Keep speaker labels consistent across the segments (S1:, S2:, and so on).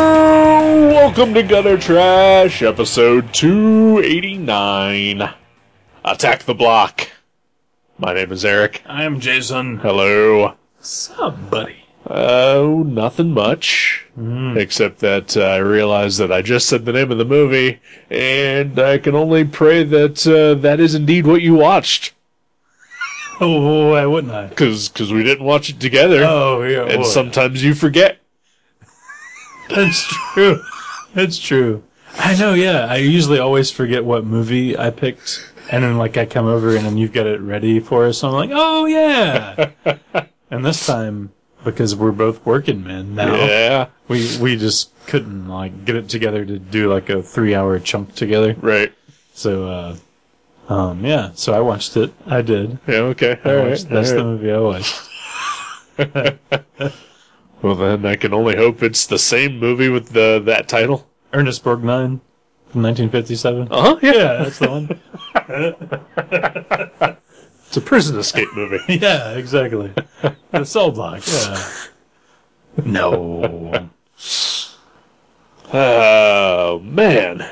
S1: Welcome to Gutter Trash, episode 289. Attack the block. My name is Eric.
S2: I am Jason.
S1: Hello.
S2: Sup, buddy?
S1: Oh, nothing much.
S2: Hmm.
S1: Except that uh, I realized that I just said the name of the movie, and I can only pray that uh, that is indeed what you watched.
S2: Oh, why wouldn't I?
S1: Because we didn't watch it together.
S2: Oh, yeah.
S1: and
S2: boy.
S1: sometimes you forget.
S2: That's true. That's true. I know, yeah. I usually always forget what movie I picked. And then, like, I come over and then you've got it ready for us. I'm like, oh, yeah. and this time, because we're both working men now,
S1: Yeah.
S2: we, we just couldn't, like, get it together to do, like, a three hour chunk together.
S1: Right.
S2: So, uh, um, yeah. So I watched it. I did.
S1: Yeah, okay.
S2: I
S1: All right.
S2: watched- that's
S1: all
S2: the
S1: right.
S2: movie I watched.
S1: Well, then I can only hope it's the same movie with the that title.
S2: Ernest Borgnine from 1957.
S1: Uh huh.
S2: Yeah, Oh, that's the one.
S1: It's a prison escape movie.
S2: yeah, exactly. The cell block. Yeah. No.
S1: Oh man,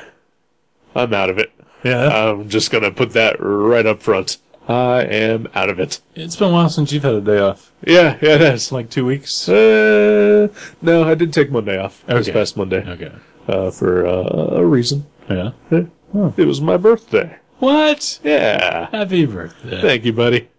S1: I'm out of it.
S2: Yeah.
S1: I'm just gonna put that right up front. I am out of it.
S2: It's been a while since you've had a day off.
S1: Yeah, yeah, it is.
S2: It's like two weeks.
S1: Uh, no, I did take Monday off. It was
S2: Okay.
S1: past Monday
S2: Okay.
S1: uh, for uh, a reason.
S2: Yeah.
S1: Eh, It was my birthday.
S2: What?
S1: Yeah.
S2: Happy birthday.
S1: Thank you, buddy.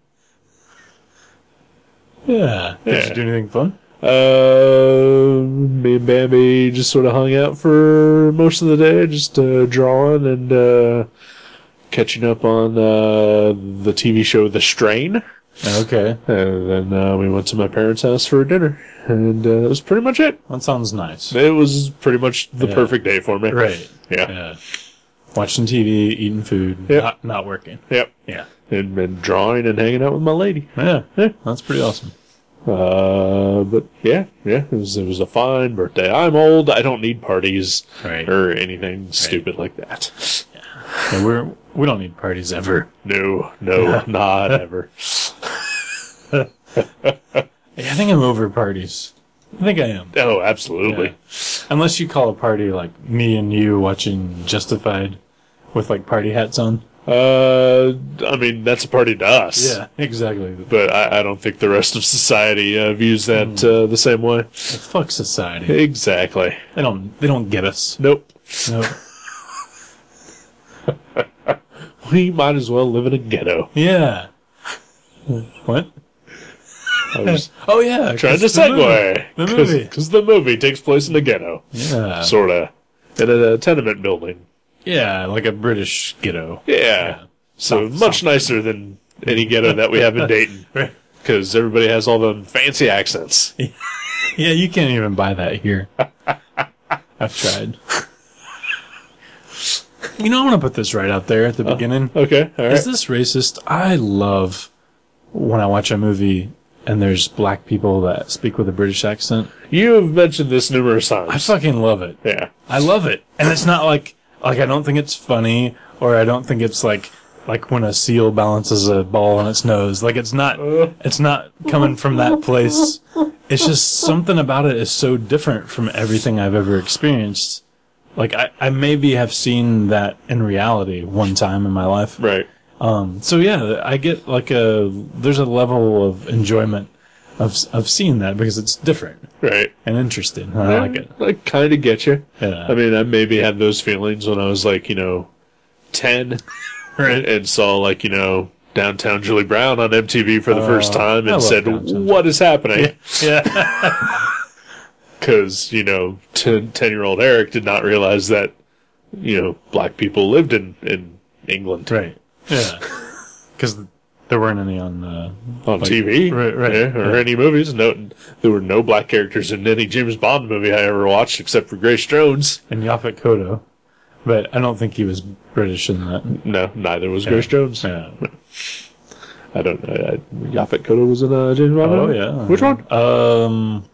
S2: Yeah. Did
S1: Yeah.
S2: you do anything fun?
S1: Uh, me and Bambi just sort of hung out for most of the day, just uh, drawing and uh, catching up on uh, the TV show The Strain.
S2: Okay.
S1: And then uh, we went to my parents' house for dinner, and uh, that was pretty much it.
S2: That sounds nice.
S1: It was pretty much the
S2: Yeah.
S1: perfect day for me.
S2: Right.
S1: Yeah.
S2: Yeah. Watching TV, eating food,
S1: Yeah.
S2: not, not working.
S1: Yep.
S2: Yeah.
S1: And, and drawing and hanging out with my lady.
S2: Yeah.
S1: Yeah.
S2: That's pretty awesome.
S1: Uh, but yeah, yeah, it was it was a fine birthday. I'm old. I don't need parties
S2: Right.
S1: or anything stupid like that.
S2: Yeah, we're, we don't need parties ever.
S1: No, no, not ever.
S2: I think I'm over parties. I think I am.
S1: Oh, absolutely.
S2: Unless you call a party like me and you watching Justified with like party hats on.
S1: Uh, I mean that's a party to us.
S2: exactly.
S1: But I, I don't think the rest of society uh, views that
S2: Hmm.
S1: uh, the same way.
S2: Fuck society.
S1: Exactly.
S2: They don't. They don't get us.
S1: Nope.
S2: No.
S1: We might as well live in a ghetto.
S2: yeah. What?
S1: I was
S2: Oh yeah.
S1: trying to
S2: 'cause the movie-
S1: segue.
S2: The movie.
S1: Because the movie takes place in a ghetto.
S2: Yeah.
S1: Sort of. In a, tenement building.
S2: yeah, like a British ghetto.
S1: Yeah. So
S2: South-
S1: much nicer than any ghetto that we have in Dayton.
S2: Right.
S1: Because everybody has all them fancy accents.
S2: Yeah, you can't even buy that here. I've tried. you know, I want to put this right out there at the
S1: Uh,
S2: beginning.
S1: Okay, all right.
S2: Is this racist? I love when I watch a movie and there's black people that speak with a British accent.
S1: You have mentioned this numerous
S2: I
S1: times.
S2: fucking love it.
S1: Yeah.
S2: I love it. And it's not like like I don't think it's funny or I don't think it's like like when a seal balances a ball on its nose. Like it's not it's not coming from that place. It's just something about it is so different from everything I've ever experienced. Like I, I maybe have seen that in reality one time in my life.
S1: Right.
S2: Um, so yeah, I get like a there's a level of enjoyment of of seeing that because it's different
S1: Right.
S2: and interesting. and I like it.
S1: I kind of get you.
S2: Yeah.
S1: I mean, I maybe had those feelings when I was like, you know, 10 and, and saw like, you know, Downtown Julie Brown on MTV for the first
S2: Oh,
S1: time
S2: I
S1: and
S2: love
S1: said,
S2: Downtown
S1: what is happening?
S2: Yeah.
S1: Because, you know, 10 year old Eric did not realize that, you know, black people lived in, in England
S2: right. Yeah. Because there weren't any on. Uh,
S1: on
S2: like-
S1: TV
S2: right, right,
S1: yeah, or any movies. No, there were no black characters in any James Bond movie I ever watched except for Grace Jones.
S2: and Yaphet Kotto But I don't think he was British in that.
S1: No, neither was Grace Jones.
S2: Yeah.
S1: I don't know. I, Yaphet Kotto was in uh, James Bond.
S2: Oh
S1: movie?
S2: yeah.
S1: Which one?
S2: Um,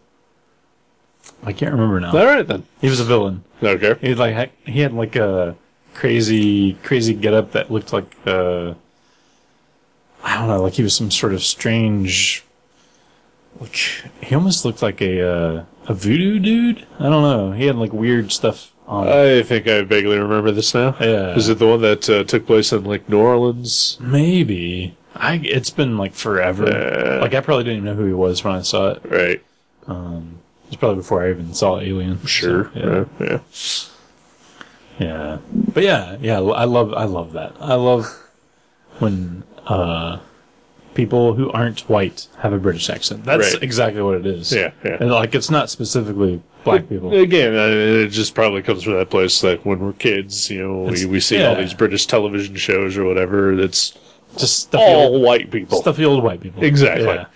S2: I can't remember now.
S1: All right then.
S2: He was a villain.
S1: Okay.
S2: He had like ha- he had like a crazy crazy getup that looked like uh I don't know, like he was some sort of strange like he almost looked like a uh, a voodoo dude. I don't know. He had like weird stuff on.
S1: I think I vaguely remember this now.
S2: Yeah.
S1: Is it the one that uh, took place in like New Orleans?
S2: Maybe. I it's been like forever.
S1: Yeah.
S2: Like I probably didn't even know who he was when I saw it.
S1: Right.
S2: Um it was probably before I even saw Alien. so,
S1: Sure.
S2: yeah.
S1: yeah. yeah.
S2: Yeah, but yeah, yeah, I love, I love that. I love when uh, people who aren't white have a British accent. That's
S1: Right.
S2: exactly what it is.
S1: Yeah, yeah.
S2: And, like it's not specifically black people.
S1: Again, I it just probably comes from that place. Like when we're kids, you know,
S2: It's-
S1: we, we see
S2: yeah.
S1: all these British television shows or whatever. That's
S2: Just stuffy,
S1: all
S2: old,
S1: white people.
S2: stuffy old white people.
S1: Exactly.
S2: Yeah.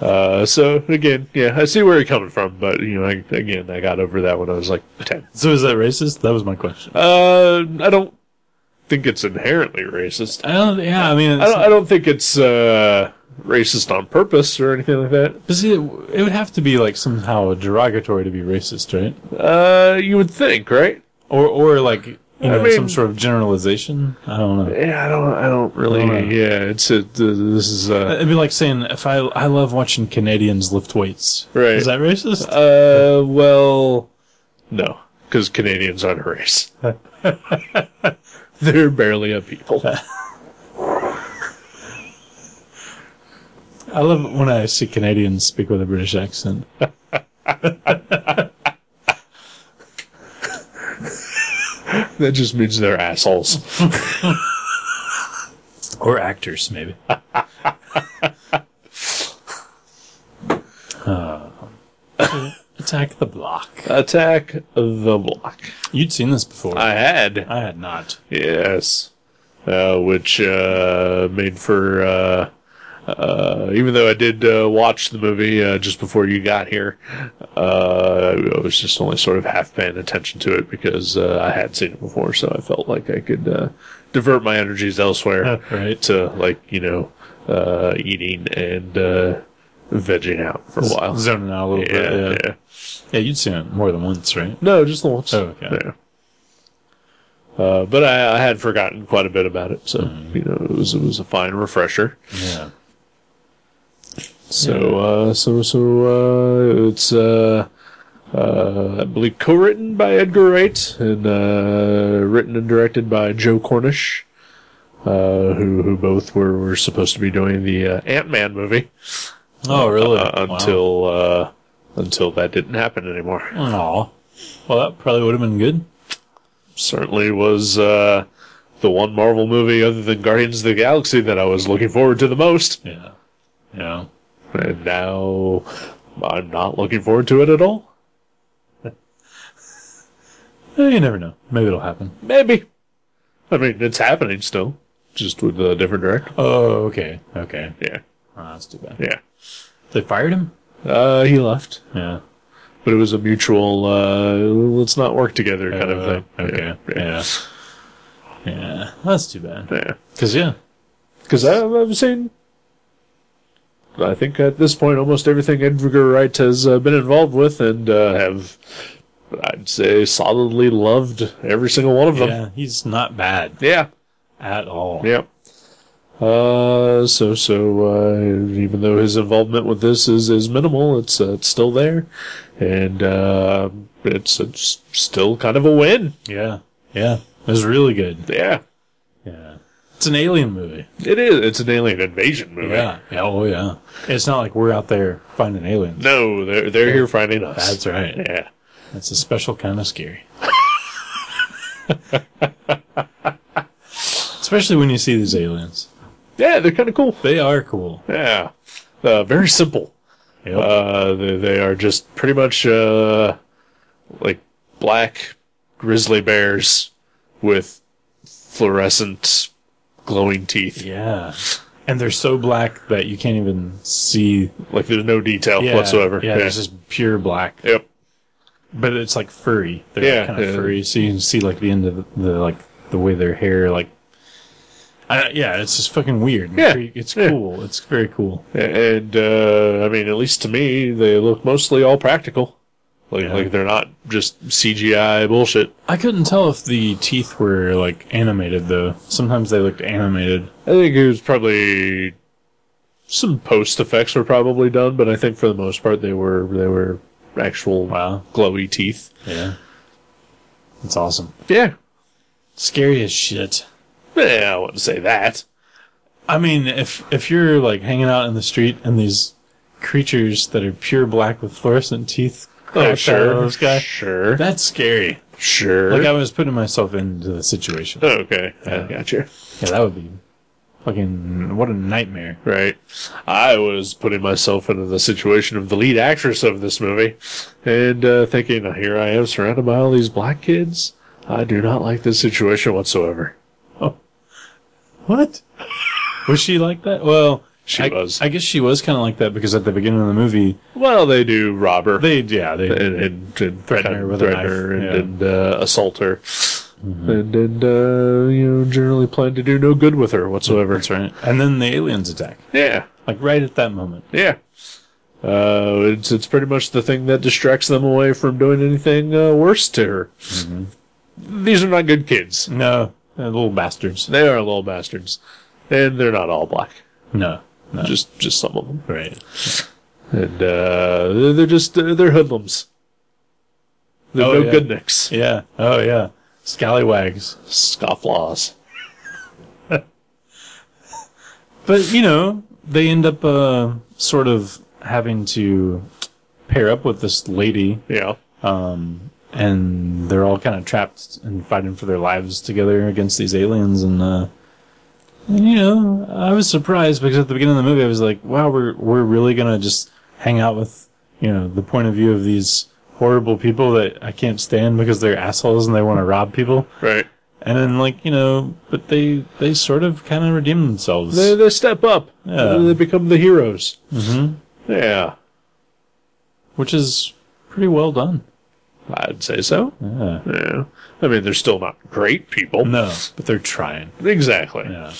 S1: Uh, so again, yeah, I see where you're coming from, but you know, I, again, I got over that when I was like ten.
S2: So is that racist? That was my question.
S1: Uh, I don't think it's inherently racist.
S2: I don't. Yeah, I mean, it's
S1: I don't,
S2: not-
S1: I don't think it's uh, racist on purpose or anything like that.
S2: but see, it, it would have to be like somehow derogatory to be racist, right?
S1: Uh, you would think, right?
S2: Or, or like you know, some
S1: mean-
S2: sort of generalization. I don't know.
S1: Yeah, I don't. I don't really.
S2: I don't know.
S1: yeah, it's a, this is uh,
S2: It'd be like saying if I I love watching Canadians lift weights.
S1: Right.
S2: Is that racist?
S1: uh, well, no, because Canadians aren't a race. They're barely a people.
S2: I love it when I see Canadians speak with a British accent.
S1: that just means they're assholes.
S2: Or actors, maybe. uh, attack the block.
S1: Attack the block.
S2: You'd seen this before.
S1: I had
S2: I had not.
S1: yes, uh, which uh, made for uh, uh, even though I did uh, watch the movie uh, just before you got here, uh, I was just only sort of half paying attention to it because uh, I had seen it before, so I felt like I could uh, divert my energies elsewhere
S2: Right.
S1: to like you know uh, eating and uh, vegging out for a while.
S2: Zoning out a little
S1: Yeah,
S2: bit.
S1: yeah.
S2: Yeah. yeah, you'd seen it more than once, right?
S1: No, just the once.
S2: Oh, okay.
S1: Yeah. Uh, but I, I had forgotten quite a bit about it, so you know it was it was a fine refresher.
S2: Yeah.
S1: So uh, so so uh, it's uh, uh, I believe co-written by Edgar Wright and uh, written and directed by Joe Cornish, uh, who who both were, were supposed to be doing the uh, Ant Man movie
S2: Oh, really?
S1: uh,
S2: Wow.
S1: until uh, until that didn't happen anymore.
S2: Aw. Well, that probably would have been good.
S1: certainly was uh, the one Marvel movie other than Guardians of the Galaxy that I was looking forward to the most.
S2: Yeah. Yeah.
S1: And now I'm not looking forward to it at all.
S2: Eh, You never know. Maybe it'll happen.
S1: Maybe. I mean, it's happening still, just with a different director.
S2: Oh, okay. Okay.
S1: Yeah,
S2: Oh, that's too bad.
S1: yeah.
S2: They fired him?
S1: Uh, he left,
S2: Yeah.
S1: but it was a mutual, uh, let's not work together kind of
S2: Uh,
S1: thing.
S2: Okay.
S1: Yeah.
S2: Yeah. Yeah. That's too bad.
S1: yeah.
S2: Because, yeah.
S1: Because I've, I've seen, I think at this point, almost everything Edgar Wright has uh, been involved with and uh, have, I'd say, solidly loved every single one of them.
S2: Yeah. He's not bad
S1: Yeah.
S2: at all.
S1: Yeah. Uh, so, so, uh, even though his involvement with this is, is minimal, it's, uh, it's still there. And, uh, it's, it's still kind of a win.
S2: Yeah. Yeah. It was really good.
S1: Yeah.
S2: Yeah. It's an alien movie.
S1: It is. It's an alien invasion movie.
S2: Yeah. Yeah. Oh, yeah. It's not like we're out there finding aliens.
S1: No, they're, they're here finding us.
S2: That's right.
S1: yeah.
S2: That's a special kind of scary. Especially when you see these aliens.
S1: Yeah, they're kind of cool.
S2: They are cool.
S1: Yeah. Uh, very simple.
S2: Yep.
S1: Uh, they, they are just pretty much uh, like black grizzly bears with fluorescent glowing teeth.
S2: Yeah. And they're so black that you can't even see
S1: Like there's no detail
S2: yeah,
S1: whatsoever.
S2: Yeah,
S1: Yeah.
S2: it's just pure black.
S1: Yep.
S2: but it's like furry. They're
S1: Yeah,
S2: kind of
S1: yeah.
S2: furry, so you can see like the end of the, the like the way their hair like. I, yeah, it's just fucking weird. and
S1: Yeah,
S2: cre- it's
S1: yeah.
S2: cool. It's very cool.
S1: And uh, I mean, at least to me, they look mostly all practical. Like,
S2: Yeah.
S1: like they're not just CGI bullshit.
S2: I couldn't tell if the teeth were like animated though. Sometimes they looked animated.
S1: I think it was probably some post effects were probably done, but I think for the most part they were they were actual
S2: Wow.
S1: glowy teeth.
S2: Yeah. That's awesome.
S1: Yeah,
S2: Scary as shit.
S1: yeah, I wouldn't say that.
S2: I mean, if if you're like hanging out in the street and these creatures that are pure black with fluorescent teeth, crack out
S1: Oh,
S2: of
S1: sure,
S2: the sky,
S1: sure,
S2: that's scary.
S1: sure.
S2: Like I was putting myself into the situation.
S1: okay, I gotcha.
S2: Yeah, that would be fucking what a nightmare.
S1: Right. I was putting myself into the situation of the lead actress of this movie and uh, thinking, here I am surrounded by all these black kids. I do not like this situation whatsoever.
S2: What? Was she like that? Well,
S1: She
S2: I,
S1: was.
S2: I guess she was kind of like that because at the beginning of the movie,
S1: well, they do rob her
S2: they yeah they
S1: and, and, and
S2: Threaten her with a
S1: threaten
S2: knife,
S1: her
S2: yeah. Mm-hmm.
S1: and, and uh, assault her. And, and uh, you know, generally plan to do no good with her whatsoever.
S2: that's right. And then the aliens attack,
S1: Yeah,
S2: like right at that moment.
S1: yeah. Uh, it's it's pretty much the thing that distracts them away from doing anything uh, worse to her.
S2: Mm-hmm.
S1: These are not good kids.
S2: No, uh, little bastards.
S1: They are little bastards, and they're not all black.
S2: No, no.
S1: Just just some of them,
S2: Right.
S1: and uh, they're- they're just they're, they're hoodlums. They're
S2: Oh,
S1: no
S2: yeah.
S1: good nicks,
S2: Yeah. Oh yeah. Scallywags.
S1: scofflaws.
S2: But you know, they end up uh, sort of having to pair up with this lady,
S1: Yeah,
S2: um, and they're all kind of trapped and fighting for their lives together against these aliens. And, uh, and, you know, I was surprised because at the beginning of the movie, I was like, "Wow, we're we're really gonna just hang out with you know the point of view of these." Horrible people that I can't stand because they're assholes and they want to rob people.
S1: right.
S2: And then, like you know, but they they sort of kind of redeem themselves.
S1: They they step up.
S2: Yeah.
S1: They become the heroes. Mm-hmm. Yeah,
S2: which is pretty well done.
S1: I'd say so.
S2: Yeah.
S1: Yeah, I mean they're still not great people.
S2: No, but they're trying.
S1: Exactly.
S2: Yeah.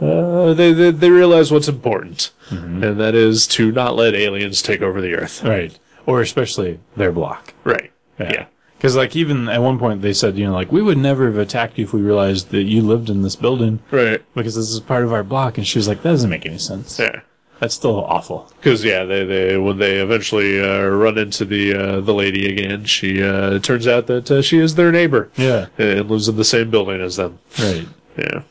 S1: Uh, they, they they realize what's important,
S2: Mm-hmm.
S1: and that is to not let aliens take over the earth.
S2: Right. Or especially their block.
S1: Right. yeah.
S2: Because like even at one point they said, you know, like we would never have attacked you if we realized that you lived in this building
S1: Right.
S2: because this is part of our block. And she was like, that doesn't make any sense.
S1: Yeah.
S2: That's still awful.
S1: Because yeah, they, they when they eventually uh, run into the uh, the lady again, she uh, it turns out that uh, she is their neighbor
S2: Yeah.
S1: and lives in the same building as them.
S2: Right.
S1: Yeah,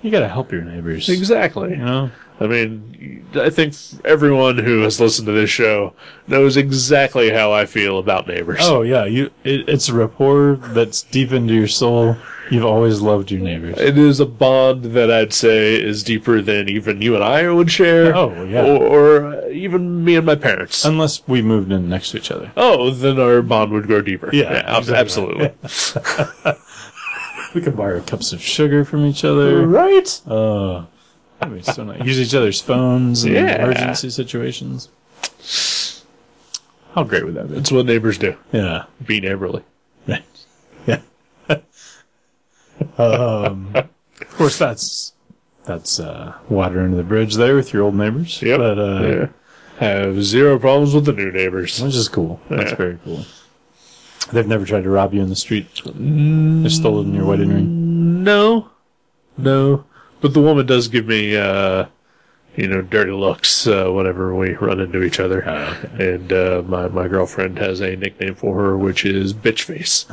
S2: You gotta help your neighbors.
S1: exactly.
S2: You know.
S1: I mean, I think everyone who has listened to this show knows exactly how I feel about neighbors.
S2: Oh yeah. You. It, it's a rapport that's deep into your soul. You've always loved your neighbors.
S1: It is a bond that I'd say is deeper than even you and I would share.
S2: Oh, yeah. Um,
S1: Or, or even me and my parents.
S2: Unless we moved in next to each other.
S1: oh, then our bond would grow deeper.
S2: Yeah,
S1: ab-
S2: exactly.
S1: absolutely.
S2: We could borrow cups of sugar from each other.
S1: Right?
S2: Oh, that'd be so nice. Use each other's phones in
S1: Yeah.
S2: emergency situations. How great would that be?
S1: That's what neighbors do.
S2: Yeah.
S1: Be neighborly.
S2: Right. Yeah. um, of course, that's that's uh, water under the bridge there with your old neighbors.
S1: Yep.
S2: But, uh,
S1: yeah. Have zero problems with the new neighbors.
S2: Which is cool. That's
S1: Yeah.
S2: very cool. They've never tried to rob you in the street. They've stolen your wedding ring.
S1: No. No. But the woman does give me, uh, you know, dirty looks uh, whenever we run into each other.
S2: Oh,
S1: And uh, my, my girlfriend has a nickname for her, which is Bitch Face.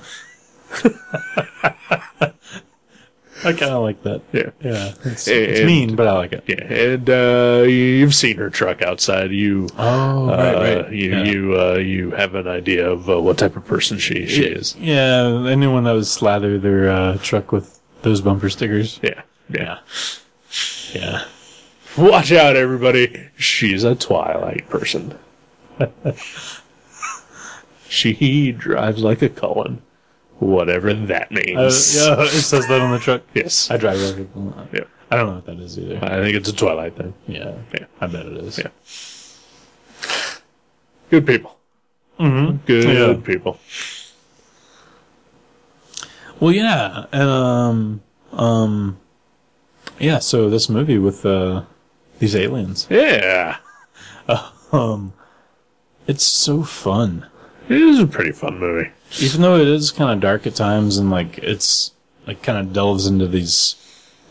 S2: I kind of like that.
S1: Yeah.
S2: Yeah. It's,
S1: Eh,
S2: it's
S1: eh,
S2: mean, but I like it.
S1: Yeah, and uh, you've seen her truck outside. You,
S2: Oh,
S1: uh, you, you, uh, you have an idea of uh, what type of person she she is.
S2: Yeah, anyone that would slather their uh, truck with those bumper stickers.
S1: Yeah, yeah.
S2: Yeah.
S1: Watch out, everybody. She's a Twilight person. she drives like a Cullen, whatever that
S2: Uh, yeah, it
S1: means.
S2: says that on the truck.
S1: Yes,
S2: I drive over people.
S1: Yeah.
S2: I don't know what that is either.
S1: I think it's a Twilight thing.
S2: Yeah.
S1: Yeah.
S2: I bet it is.
S1: Yeah. Good people.
S2: Mm-hmm.
S1: Good
S2: Yeah.
S1: people.
S2: Well, yeah, and um, um, yeah. So this movie with uh, these aliens,
S1: Yeah.
S2: um, it's so fun.
S1: It is a pretty fun movie.
S2: even though it is kind of dark at times and like it's like kind of delves into these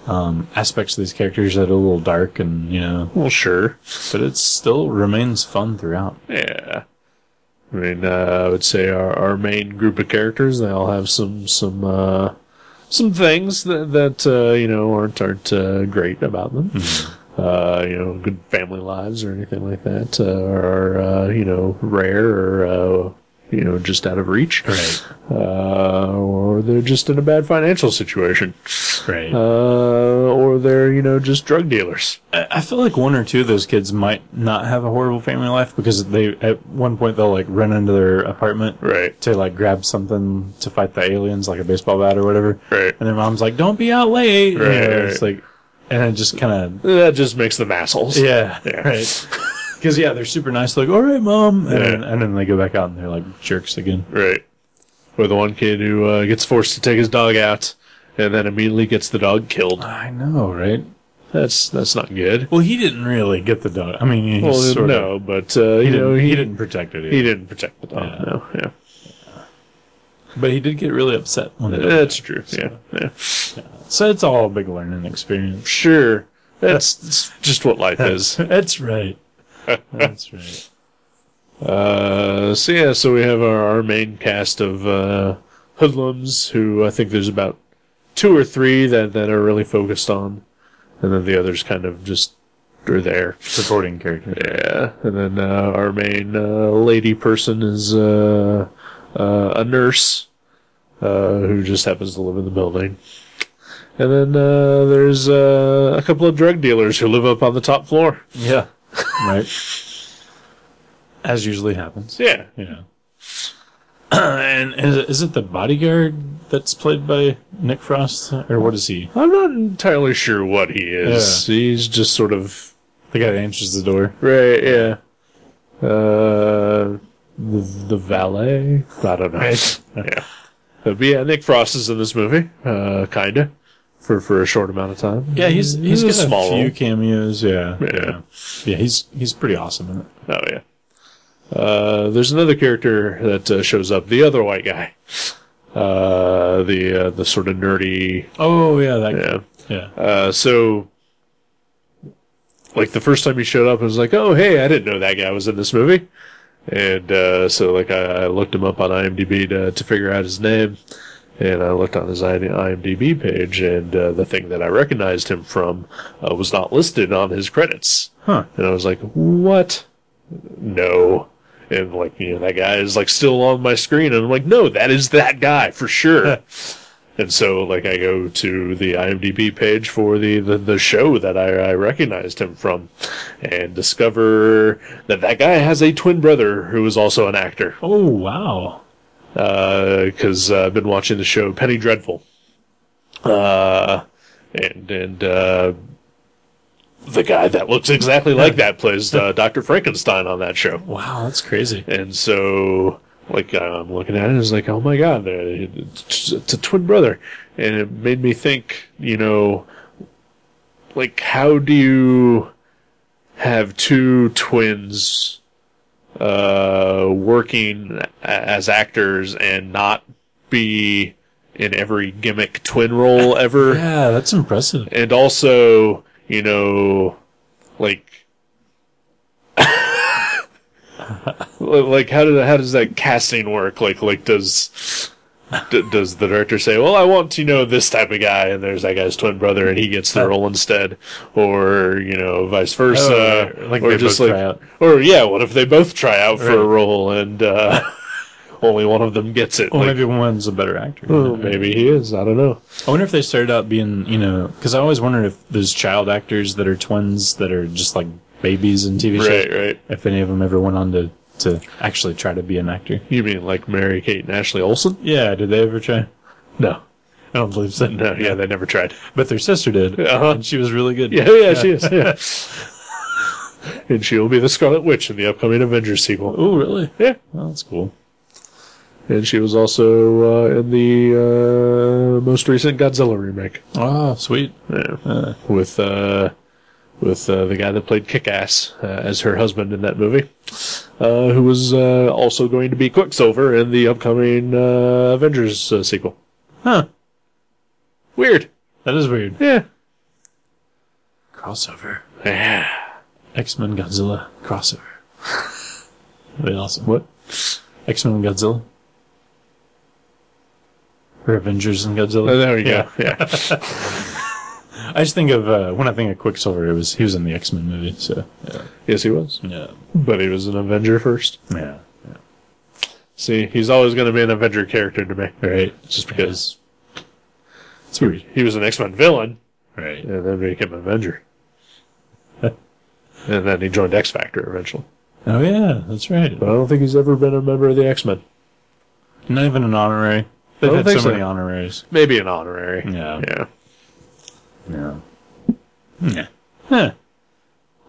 S2: um, aspects of these characters that are a little dark and you know
S1: Well, sure.
S2: but it still remains fun throughout
S1: Yeah. I mean, uh, I would say our, our main group of characters, they all have some, some, uh, some things that, that, uh, you know, aren't, aren't, uh, great about them.
S2: Mm-hmm.
S1: Uh, you know, good family lives or anything like that, uh, are, uh, you know, rare or, uh, you know, just out of reach.
S2: right
S1: Uh, or they're just in a bad financial situation.
S2: right
S1: Uh, or they're, you know, just drug dealers.
S2: I, I feel like one or two of those kids might not have a horrible family life because they at one point they'll like run into their apartment
S1: Right.
S2: to like grab something to fight the aliens like a baseball bat or whatever
S1: Right.
S2: and their mom's like don't be out late You know,
S1: Right, right,
S2: it's like and it just kind of
S1: That just makes them assholes.
S2: Yeah,
S1: Yeah.
S2: right. Because yeah, they're super nice. Like, all right, mom, and, then,
S1: Yeah.
S2: and then they go back out and they're like jerks again.
S1: Right. Or the one kid who uh, gets forced to take his dog out and then immediately gets the dog killed.
S2: I know, right?
S1: That's that's not good.
S2: Well, he didn't really get the dog. I mean, he
S1: Well,
S2: sort of.
S1: no, but uh,
S2: He
S1: you
S2: didn't,
S1: know
S2: he,
S1: he,
S2: didn't protect it,
S1: he
S2: either.
S1: didn't protect the dog.
S2: Yeah.
S1: No, yeah,
S2: but he did get really upset. When the dog
S1: that's
S2: died.
S1: true.
S2: So-
S1: Yeah, yeah,
S2: so it's all a big learning experience.
S1: sure. That's, that's just what life is.
S2: That's right. That's right.
S1: Uh, so yeah, so we have our, our main cast of uh, hoodlums, who I think there's about two or three that that are really focused on, and then the others kind of just are there.
S2: Supporting character.
S1: Yeah, and then uh, our main uh, lady person is uh, uh, a nurse uh, who just happens to live in the building. And then uh, there's uh, a couple of drug dealers who live up on the top floor.
S2: Yeah. Right. As usually happens.
S1: Yeah,
S2: you know. and is it, is it the bodyguard that's played by Nick Frost, or what is he?
S1: I'm not entirely sure what he is. He's just sort of
S2: The guy that answers the door.
S1: right. Yeah, uh, the, the valet. I don't know. yeah, but yeah, Nick Frost is in this movie, uh, kinda, for for a short amount of time.
S2: Yeah, he's he's got
S1: He's a small
S2: a few
S1: role.
S2: cameos. Yeah,
S1: Yeah.
S2: yeah. He's he's pretty awesome in it.
S1: Oh yeah. Uh, there's another character that uh, shows up, the other white guy, uh, the uh, the sort of nerdy.
S2: Oh yeah, that
S1: Yeah.
S2: yeah.
S1: Uh, so, like the first time he showed up, I was like, "Oh hey, I didn't know that guy was in this movie." And uh, so, like, I, I looked him up on IMDb to to figure out his name, and I looked on his IMDb page, and uh, the thing that I recognized him from uh, was not listed on his credits.
S2: Huh.
S1: And I was like, what? No. And like, you know, that guy is like still on my screen. And I'm like, no, that is that guy for sure. and so like I go to the IMDb page for the, the, the show that I, I recognized him from and discover that that guy has a twin brother who is also an actor.
S2: Oh wow.
S1: Uh, cause uh, I've been watching the show Penny Dreadful. Uh, and, and, uh, the guy that looks exactly like that plays uh, Dr. Frankenstein on that show.
S2: Wow, that's crazy.
S1: And so, like, I'm looking at it and it's like, oh my god, uh, it's it's a twin brother. And it made me think, you know, like, how do you have two twins uh, working a- as actors and not be in every gimmick twin role ever?
S2: Yeah, that's impressive.
S1: and also you know like like how does how does that casting work like like does d- does the director say well i want you know this type of guy and there's that guy's twin brother and he gets the role instead or you know vice versa
S2: Oh, like
S1: or
S2: they
S1: just
S2: both
S1: like
S2: try out.
S1: or yeah what if they both try out for a
S2: Right.
S1: role and uh only one of them gets it
S2: Well,
S1: like,
S2: maybe one's a better actor.
S1: oh, maybe he is i don't know
S2: I wonder if they started out being, you know, because I always wondered if there's child actors that are twins that are just like babies in TV shows.
S1: right right
S2: if any of them ever went on to, to actually try to be an actor.
S1: you mean like mary kate and ashley olsen
S2: Yeah, did they ever try?
S1: No.
S2: I don't believe so.
S1: No, yeah, they never tried.
S2: But their sister did,
S1: Uh-huh.
S2: and she was really good.
S1: Yeah, yeah, she is. Yeah. and she will be the Scarlet Witch in the upcoming Avengers sequel.
S2: Oh, really?
S1: Yeah,
S2: Well, that's cool.
S1: and she was also uh, in the uh, most recent Godzilla remake
S2: Oh, sweet.
S1: yeah.
S2: Uh,
S1: with uh, with uh, the guy that played Kick-Ass uh, as her husband in that movie, uh, who was uh, also going to be Quicksilver in the upcoming uh, Avengers uh, sequel.
S2: huh.
S1: Weird,
S2: That is weird.
S1: yeah,
S2: Crossover.
S1: yeah.
S2: X Men Godzilla crossover. That'd be awesome.
S1: What?
S2: X Men and Godzilla. Or Avengers and Godzilla.
S1: Oh, there we go. Yeah.
S2: I just think of uh, when I think of Quicksilver, it was he was in the X Men movie. So yeah,
S1: yes, he was,
S2: yeah,
S1: but he was an Avenger first.
S2: yeah.
S1: See, he's always going to be an Avenger character to me.
S2: Right.
S1: Just because
S2: It's weird.
S1: he was an X Men villain,
S2: Right.
S1: and then became an Avenger, and then he joined X Factor eventually.
S2: Oh yeah, that's right.
S1: But I don't think he's ever been a member of the X Men.
S2: Not even an honorary. They've
S1: don't
S2: had so,
S1: think so.
S2: many honoraries.
S1: Maybe an honorary.
S2: Yeah.
S1: Yeah.
S2: Yeah. Yeah. Hmm. Huh.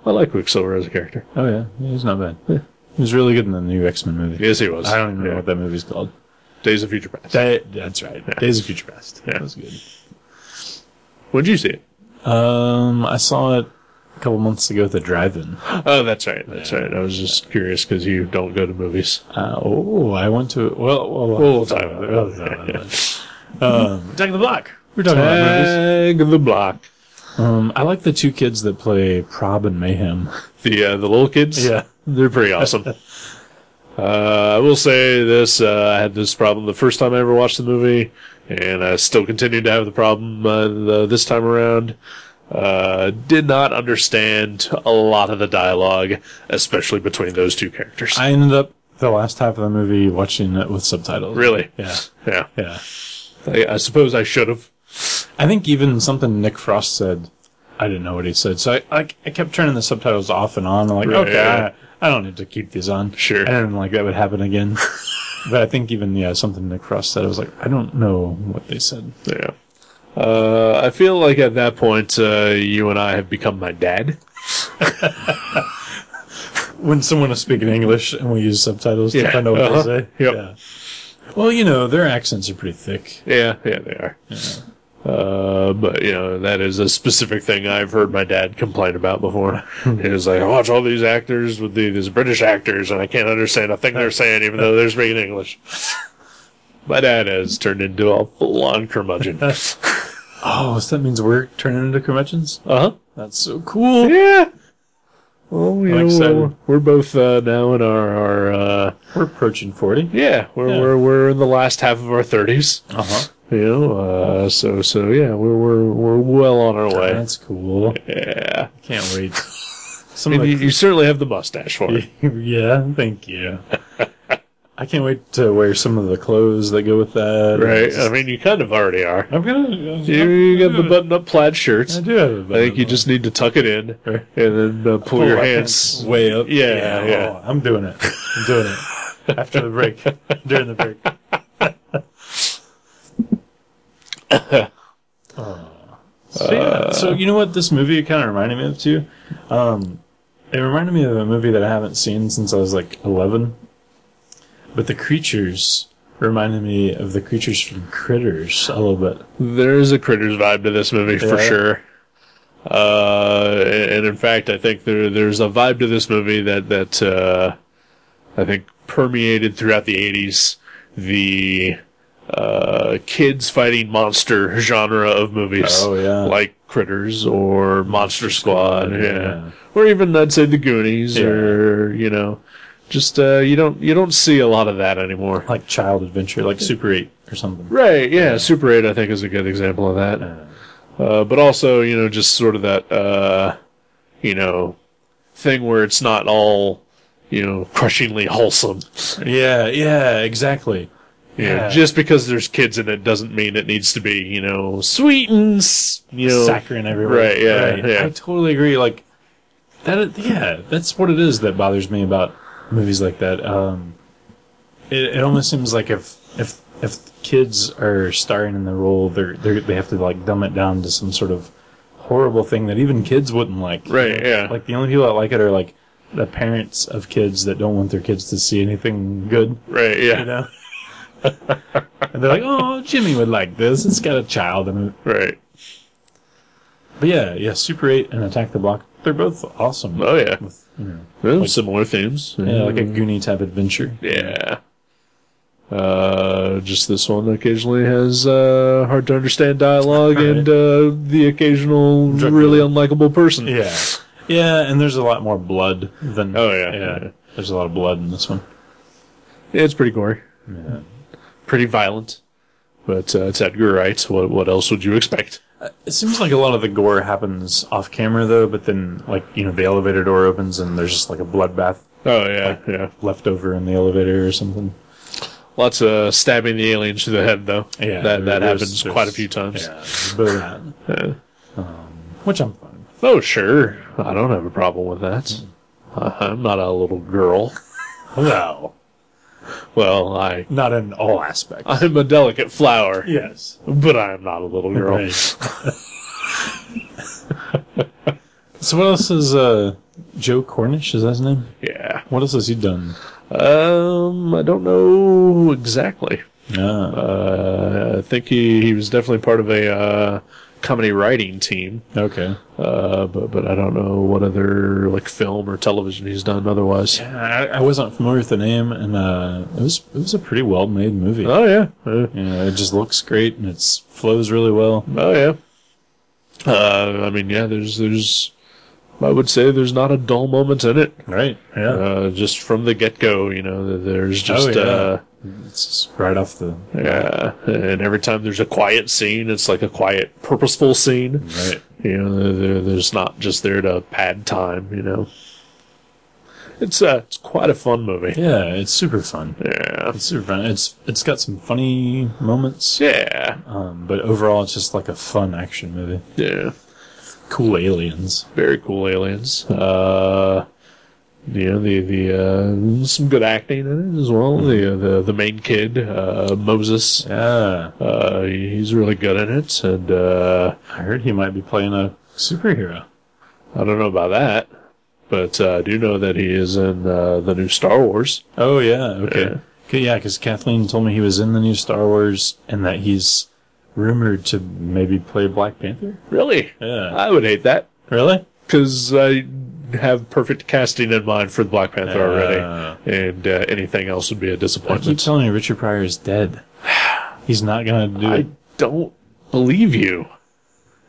S1: I like Quicksilver as a character.
S2: Oh yeah, yeah he's not bad. He was really good in the new X Men movie.
S1: Yes, he was.
S2: I don't even know
S1: Yeah.
S2: what that movie's called.
S1: Days of Future Past.
S2: That, that's right. Days of Future Past.
S1: Yeah.
S2: That was good.
S1: When'd you see it?
S2: Um, I saw it a couple months ago at the drive-in.
S1: Oh, that's right. That's right. I was just curious because you don't go to movies.
S2: Uh, oh, I went to well, well,
S1: We'll talk about that.
S2: we'll talk about that. um, Attack of the Block. We're talking about movies.
S1: Tag the block.
S2: Um, I like the two kids that play Prob and Mayhem.
S1: The uh, the little kids.
S2: Yeah.
S1: they're pretty awesome. uh, I will say this: uh, I had this problem the first time I ever watched the movie, and I still continue to have the problem uh, the, this time around. Uh, did not understand a lot of the dialogue, especially between those two characters.
S2: I ended up the last half of the movie watching it with subtitles.
S1: really?
S2: Yeah,
S1: Yeah.
S2: yeah.
S1: I, I suppose I should have.
S2: I think even something Nick Frost said, I didn't know what he said, so I I, I kept turning the subtitles off and on. I'm like,
S1: Right.
S2: okay, I, I don't need to keep these on.
S1: Sure.
S2: I didn't like that would happen again. but I think even yeah, something Nick Frost said, I was like, I don't know what they said.
S1: Yeah. Uh, I feel like at that point, uh, you and I have become my dad.
S2: When someone is speaking English and we use subtitles
S1: Yeah.
S2: to find out what
S1: Uh-huh.
S2: they say.
S1: Yep.
S2: Yeah. Well, you know, their accents are pretty thick.
S1: Yeah, yeah, they are. Uh, but you know that is a specific thing I've heard my dad complain about before. He was like, "I watch all these actors with the, these British actors, and I can't understand a thing they're saying, even though they're speaking English." my dad has turned into a full-on curmudgeon. Uh
S2: Oh, so that means we're turning into curmudgeons?
S1: huh.
S2: That's so cool.
S1: Uh-huh. Yeah. Well, you
S2: I'm excited.
S1: know, we're both uh, now in our our uh,
S2: We're approaching 40.
S1: Yeah, we're
S2: Yeah.
S1: we're we're in the last half of our thirties.
S2: Uh huh.
S1: You know, uh, so so yeah, we're we're we're well on our way.
S2: That's cool.
S1: Yeah,
S2: Can't wait. Some
S1: I
S2: of
S1: mean,
S2: the
S1: you, you certainly have the mustache for it.
S2: yeah, thank you. I can't wait to wear some of the clothes that go with that.
S1: Right? I mean, you kind of already are.
S2: I'm gonna.
S1: You, you got the button-up plaid shirts.
S2: Hmm. I
S1: I
S2: do have a button.
S1: think you just need to tuck it in
S2: Right.
S1: and then uh, pull
S2: Pull
S1: your
S2: my
S1: hands.
S2: way up.
S1: Yeah, yeah.
S2: oh, I'm doing it. I'm doing it. After the break, during the break. Oh. so, yeah. so you know what this movie kind of reminded me of too. Um, it reminded me of a movie that I haven't seen since I was like 11. But the creatures reminded me of the creatures from Critters a little bit.
S1: There is a critters vibe to this movie for
S2: Yeah.
S1: sure. Uh, and in fact, I think there there's a vibe to this movie that that uh, I think permeated throughout the '80s the uh, kids fighting monster genre of movies.
S2: Oh, yeah.
S1: like Critters or Monster Squad,
S2: Squad,
S1: yeah.
S2: yeah.
S1: or even I'd say the Goonies,
S2: Yeah.
S1: or you know, just uh, you don't you don't see a lot of that anymore.
S2: Like Child Adventure, like Super 8 or something.
S1: Right, yeah, Super 8 I think is a good example of that.
S2: Uh,
S1: Uh, but also, you know, just sort of that, uh, you know, thing where it's not all, you know, crushingly wholesome.
S2: yeah, yeah, exactly.
S1: You know,
S2: Yeah.
S1: just because there's kids in it doesn't mean it needs to be, you know, sweet and, s- you know,
S2: saccharine everywhere.
S1: Right, yeah, yeah.
S2: I totally agree. Like that. Yeah, that's what it is that bothers me about movies like that. Um, it, it almost seems like if if if kids are starring in the role, they're, they're they have to like dumb it down to some sort of horrible thing that even kids wouldn't like.
S1: right, yeah.
S2: Like the only people that like it are like the parents of kids that don't want their kids to see anything good.
S1: Right,
S2: You
S1: yeah.
S2: know, and they're like, "Oh, Jimmy would like this. It's got a child in it."
S1: Right.
S2: But yeah, yeah, Super Eight and Attack the Block, they're both awesome.
S1: Oh, yeah.
S2: With you know,
S1: Well, similar themes.
S2: yeah, like a Goonie type adventure.
S1: Yeah. Uh, just this one occasionally has uh, hard to understand dialogue and uh, the occasional
S2: Drug
S1: really unlikable person.
S2: Yeah. Yeah, and there's a lot more blood than.
S1: Oh, yeah.
S2: There's a lot of blood in this one.
S1: Yeah, it's pretty gory,
S2: Yeah.
S1: pretty violent. But uh, it's Edgar Wright. What what else would you expect?
S2: It seems like a lot of the gore happens off camera, though, but then, like, you know, the elevator door opens and there's just like a bloodbath
S1: Oh yeah, yeah.
S2: left over in the elevator or something.
S1: Lots of stabbing the aliens to the head though.
S2: Yeah.
S1: that that
S2: there's-
S1: happens
S2: there's-
S1: quite a few times.
S2: Yeah. there's a bit of that. Um,
S1: Yeah.
S2: Which I'm fine with.
S1: Oh sure, I don't have a problem with that.
S2: Hmm.
S1: I- I'm not a little girl.
S2: No.
S1: Well, I
S2: Not in all aspects.
S1: I'm a delicate flower,
S2: yes.
S1: but I'm not a little girl.
S2: Right. so, what else is uh, Joe Cornish? Is that his name?
S1: Yeah.
S2: What else has he done?
S1: Um, I don't know exactly.
S2: Ah,
S1: Uh, I think he, he was definitely part of a uh, comedy writing team,
S2: okay.
S1: uh, but but I don't know what other like film or television he's done otherwise.
S2: I, I wasn't familiar with the name, and uh, it was it was a pretty well made movie.
S1: Oh yeah, Uh,
S2: You know, it just looks great and it flows really well.
S1: oh yeah. Uh, I mean, yeah. There's there's I would say there's not a dull moment in it.
S2: Right? Yeah.
S1: Uh, just from the get go, you know, th- there's just
S2: Oh, yeah.
S1: uh,
S2: It's just right off the
S1: yeah, and every time there's a quiet scene, it's like a quiet, purposeful scene.
S2: right.
S1: You know, they're, they're, they're just not just there to pad time, you know. It's uh, it's quite a fun movie.
S2: Yeah, it's super fun.
S1: Yeah.
S2: It's super fun. It's it's got some funny moments,
S1: Yeah.
S2: um, but overall, it's just like a fun action movie.
S1: Yeah.
S2: Cool aliens.
S1: Very cool aliens. Uh you know, the the uh some good acting in it as well. The the the main kid, uh Moses.
S2: Yeah,
S1: Uh he's really good in it and uh
S2: I heard he might be playing a superhero.
S1: I don't know about that. But uh, I do know that he is in uh, the new Star Wars.
S2: Oh yeah, okay.
S1: Yeah.
S2: 'Kay, Yeah, because Kathleen told me he was in the new Star Wars and that he's rumored to maybe play Black Panther.
S1: Really?
S2: Yeah.
S1: I would hate that.
S2: Really?
S1: because I have perfect casting in mind for the Black Panther
S2: Uh.
S1: already, and uh, anything else would be a
S2: I keep
S1: disappointment.
S2: telling you Richard Pryor is dead. He's not gonna do
S1: I
S2: it.
S1: don't believe you.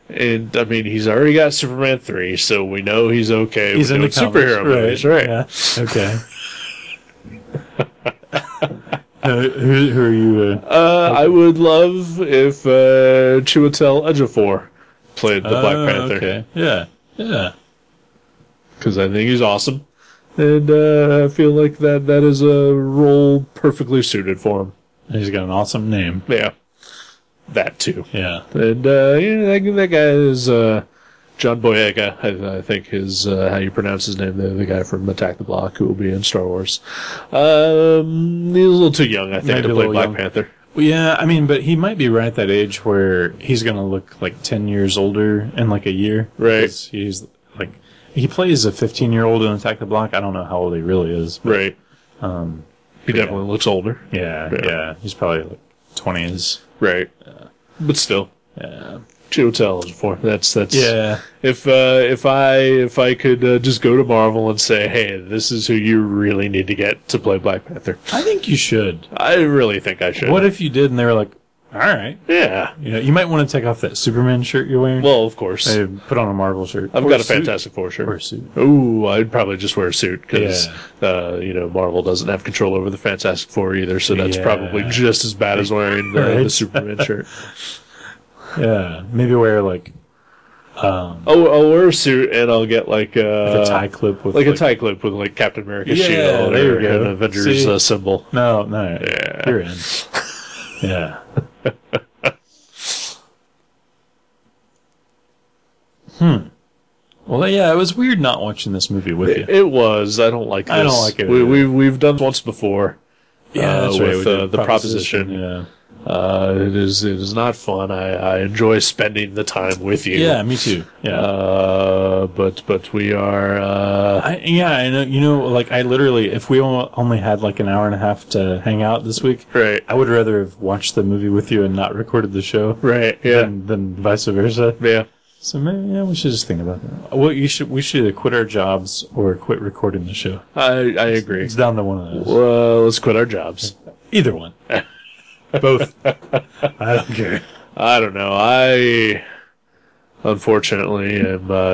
S1: And I mean, he's already got Superman three, so we know he's okay.
S2: He's
S1: with
S2: in the
S1: doing
S2: comics,
S1: superhero movies, right?
S2: Yeah. Okay. Uh, who, who are you? Uh,
S1: Uh, I would love if uh, Chiwetel Ejiofor played the
S2: oh,
S1: Black Panther
S2: Okay. Yeah. Yeah.
S1: because I think he's awesome, and uh, I feel like that that is a role perfectly suited for him.
S2: And He's got an awesome name.
S1: Yeah, that too.
S2: Yeah.
S1: And uh, yeah, that, that guy is uh, John Boyega, I, I think is uh, how you pronounce his name. The, the guy from Attack the Block who will be in Star Wars. Um, he's a little too young, I think,
S2: Maybe a
S1: to play
S2: little
S1: Black
S2: young.
S1: Panther.
S2: Well, yeah. I mean, but he might be right at that age where he's gonna look like ten years older in like a year.
S1: Right.
S2: 'Cause He's like he plays a fifteen-year-old in Attack the Block. I don't know how old he really is. But
S1: Right. he definitely looks older.
S2: yeah,
S1: Yeah.
S2: yeah. He's probably like twenties.
S1: Right. but still,
S2: Yeah.
S1: Chiwetel Ejiofor. That's that's.
S2: Yeah.
S1: If uh, if I if I could uh, just go to Marvel and say, hey, this is who you really need to get to play Black Panther.
S2: I think you should.
S1: I really think I should.
S2: What if you did and they were like, all right.
S1: yeah.
S2: You know, you might want to take off that Superman shirt you're wearing.
S1: Well, of course.
S2: Hey, put on a Marvel shirt.
S1: I've
S2: Or
S1: got a
S2: suit.
S1: Fantastic Four shirt.
S2: Or a suit.
S1: Ooh, I'd probably just wear a suit because uh, you know Marvel doesn't have control over the Fantastic Four either, so that's
S2: Yeah.
S1: probably just as bad as wearing the, the
S2: Right.
S1: Superman shirt.
S2: Yeah. Maybe wear like
S1: Oh, I'll wear a suit and I'll get like uh,
S2: a tie clip with
S1: like a tie clip with like Captain America's
S2: Yeah,
S1: shield
S2: there
S1: or
S2: you go.
S1: an Avengers
S2: See?
S1: uh, symbol.
S2: No, no.
S1: Yeah.
S2: You're in. yeah. hmm. Hmm. Well, yeah, it was weird not watching this movie with you.
S1: It, it was. I don't like. This.
S2: I don't like it
S1: We,
S2: either.
S1: we we've done it once before. uh,
S2: that's
S1: with,
S2: we
S1: uh,
S2: did
S1: the proposition.
S2: Yeah.
S1: Uh, it is it is not fun. I, I enjoy spending the time with you.
S2: Yeah, me too. Yeah.
S1: Uh, but but we are uh,
S2: I, yeah, I know. You know, like I literally, if we o- only had like an hour and a half to hang out this week,
S1: right.
S2: I would rather have watched the movie with you and not recorded the show
S1: Right. Yeah.
S2: than, than vice versa.
S1: yeah.
S2: So maybe yeah, we should just think about that. Well, you should we should quit our jobs or quit recording the show.
S1: I I agree.
S2: It's down to one of those.
S1: Well, let's quit our jobs.
S2: Either one, both. I don't care.
S1: I don't know. I unfortunately am uh,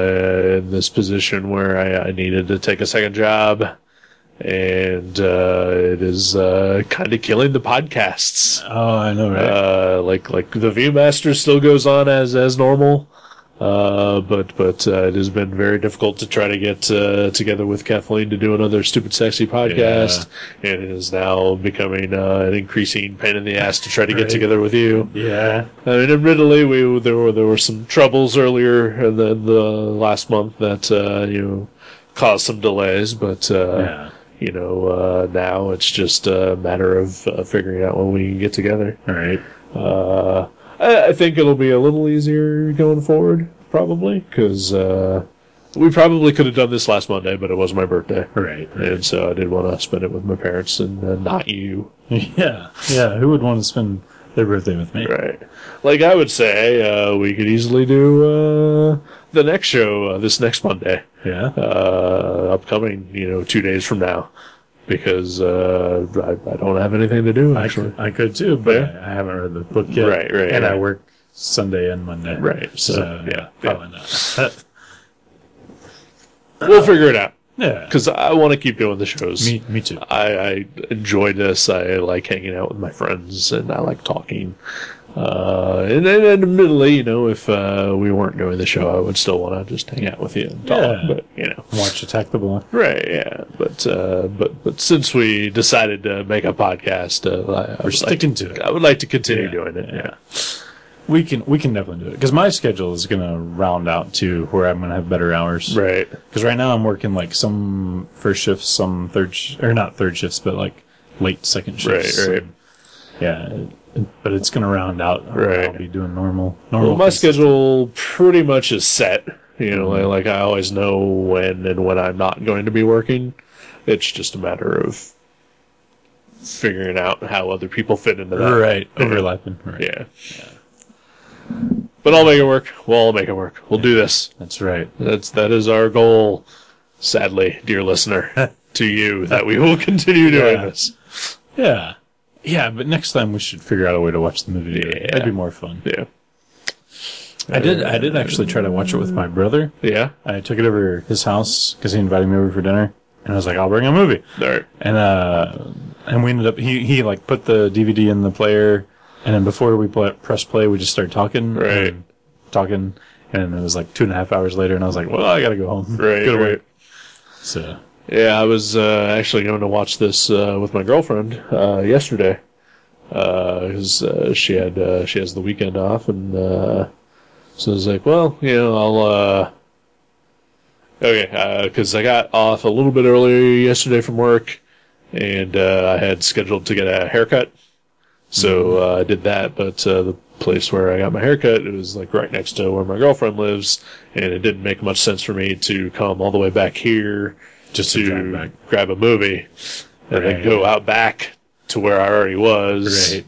S1: in this position where I, I needed to take a second job, and uh, it is uh, kind of killing the podcasts.
S2: Oh, I know, right?
S1: Uh, like like the ViewMaster still goes on as as normal, uh, but but uh, it has been very difficult to try to get uh, together with Kathleen to do another stupid sexy podcast, and it is now becoming uh, an increasing pain in the ass to try to get
S2: Right.
S1: together with you.
S2: yeah.
S1: I mean, admittedly, we there were there were some troubles earlier in the, the last month that uh, you know caused some delays, but uh,
S2: Yeah.
S1: you know uh, now it's just a matter of uh, figuring out when we can get together.
S2: All right.
S1: Uh, I, I think it'll be a little easier going forward, probably, because uh, we probably could have done this last Monday, but it was my birthday,
S2: All right.
S1: and so I did want to spend it with my parents and uh, not you.
S2: Yeah. Yeah. Who would want to spend their birthday with me?
S1: Right. Like I would say, uh, we could easily do uh, the next show uh, this next Monday,
S2: Yeah.
S1: uh, upcoming. You know, two days from now, because uh, I, I don't have anything to do
S2: I
S1: actually.
S2: could, I could too, but
S1: Yeah.
S2: I haven't read the book yet.
S1: Right, right,
S2: And I
S1: right.
S2: work Sunday and Monday.
S1: Right,
S2: So, oh,
S1: so,
S2: yeah,
S1: yeah,
S2: probably not.
S1: we'll figure it out
S2: yeah.
S1: because I want to keep doing the shows.
S2: uh, Me, me too.
S1: I, I enjoy this. I like hanging out with my friends, and I like talking. Uh, and then, admittedly, you know, if uh, we weren't doing the show, I would still want to just hang out with you and talk.
S2: Yeah.
S1: But you know,
S2: Watch Attack the Block.
S1: Right, yeah, but uh, but but since we decided to make a podcast, uh, I, I
S2: We're
S1: would
S2: sticking
S1: like to,
S2: to it.
S1: I would like to continue
S2: Yeah,
S1: doing it. Yeah,
S2: We can we can definitely do it because my schedule is gonna round out to where I'm gonna have better hours.
S1: right,
S2: Because right now I'm working like some first shifts, some third sh- or not third shifts, but like late second shifts.
S1: right, right.
S2: Yeah. it- it- but it's gonna round out.
S1: Right.
S2: I'll be doing normal. Normal.
S1: Well, my
S2: things.
S1: schedule pretty much is set. You know, like, like I always know when and when I'm not going to be working. It's just a matter of figuring out how other people fit into that.
S2: Right. Overlapping. Right.
S1: Yeah. But I'll make it work. We'll all make it work. We'll do this.
S2: That's right.
S1: That's that is our goal. Sadly, dear listener, to you that we will continue doing
S2: Yeah.
S1: this.
S2: Yeah. Yeah, but next time we should figure out a way to watch the movie. together.
S1: Yeah.
S2: That'd be more fun.
S1: Yeah,
S2: I did I did actually try to watch it with my brother.
S1: yeah.
S2: I took it over his house cuz he invited me over for dinner and I was like, "I'll bring a movie."
S1: All right.
S2: And uh and we ended up he he like put the DVD in the player and then before we pl- press play, we just started talking.
S1: Right.
S2: and Talking and it was like two and a half hours later and I was like, "Well, I got to go home."
S1: Right,
S2: Go to
S1: right.
S2: work. So,
S1: Yeah, I was uh, actually going to watch this uh, with my girlfriend uh, yesterday because uh, she had uh, she has the weekend off, and uh, so I was like, well, you know, I'll uh, okay because I got off a little bit earlier yesterday from work, and uh, I had scheduled to get a haircut,
S2: Mm-hmm.
S1: so uh, I did that, but. Uh, the place where I got my haircut, it was like right next to where my girlfriend lives, and it didn't make much sense for me to come all the way back here
S2: Just to
S1: to
S2: drive back.
S1: grab a movie and
S2: Right.
S1: then go out back to where I already was.
S2: Right.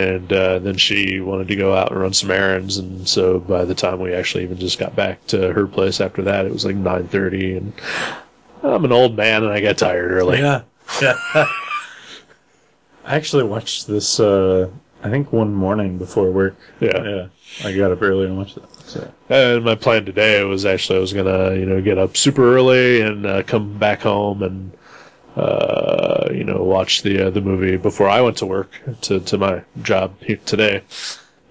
S1: And uh, then she wanted to go out and run some errands, and so by the time we actually even just got back to her place after that, it was like nine thirty, and I'm an old man and I got tired early.
S2: Yeah. Yeah. I actually watched this uh I think one morning before work.
S1: Yeah.
S2: Yeah. I got up early and watched it. So
S1: And my plan today was actually I was gonna you know get up super early and uh, come back home and uh, you know watch the uh, the movie before I went to work to to my job here today.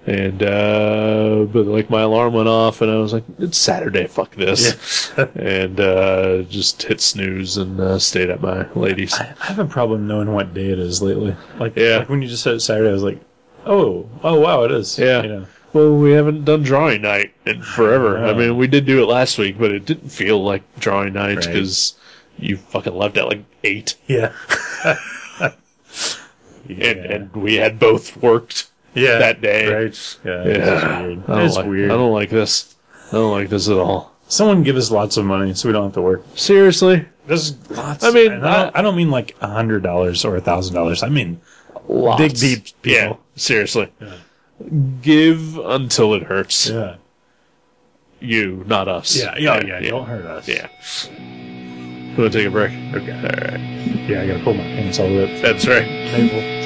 S1: And uh, but like my alarm went off and I was like, it's Saturday, fuck this, and uh, just hit snooze and uh, stayed at my lady's.
S2: I I have a problem knowing what day it is lately. Like,
S1: Yeah.
S2: like when you just said it Saturday, I was like, Oh, oh wow, it is.
S1: Yeah.
S2: You know.
S1: Well, we haven't done drawing night in forever.
S2: Yeah.
S1: I mean, we did do it last week, but it didn't feel like drawing night
S2: Right.
S1: because you fucking left at like eight,
S2: Yeah.
S1: and, and we had both worked.
S2: yeah,
S1: that day.
S2: Right. Yeah,
S1: Yeah.
S2: It's
S1: I
S2: weird.
S1: don't
S2: It's
S1: like-
S2: weird.
S1: I don't like this. I don't like this at all.
S2: Someone give us lots of money so we don't have to work.
S1: Seriously,
S2: There's lots.
S1: I mean,
S2: and I, don't, I don't mean like a hundred dollars or a thousand dollars. I mean,
S1: Lots.
S2: dig deep, people.
S1: Yeah, seriously. Give until it hurts.
S2: yeah,
S1: You, not us.
S2: yeah, yeah. yeah, Don't hurt us.
S1: Yeah. You want to take a break? Okay. All right.
S2: yeah. I gotta pull my pants all the way up.
S1: That's right.
S2: to the table.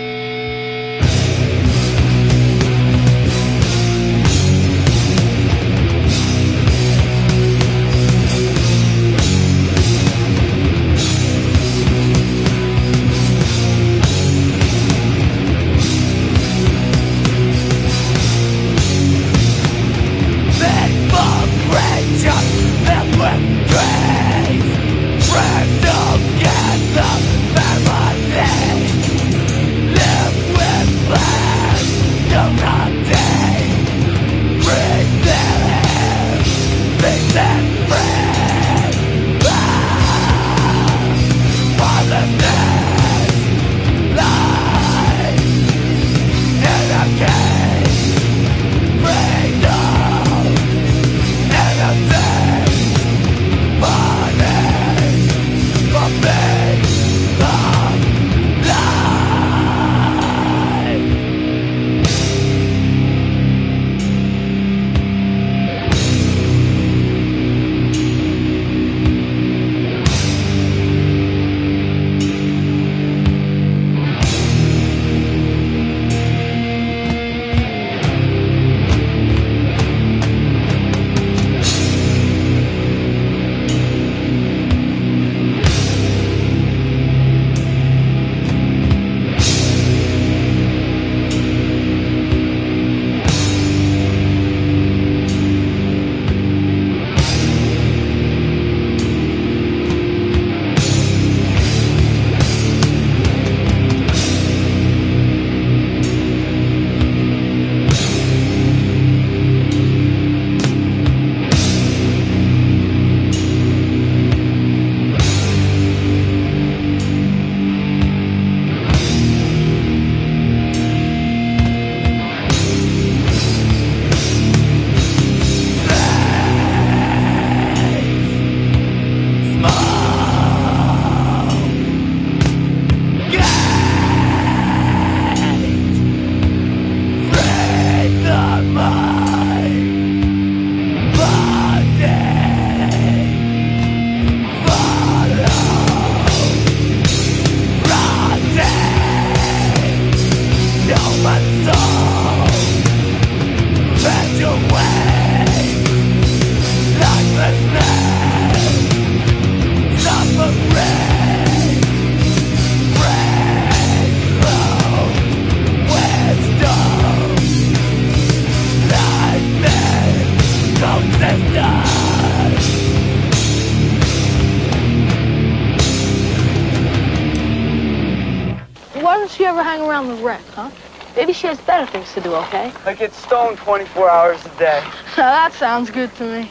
S3: Why don't she ever hang around the wreck, huh? Maybe she has better things to do, okay?
S4: I get stoned 24 hours a day.
S3: Now that sounds good to me.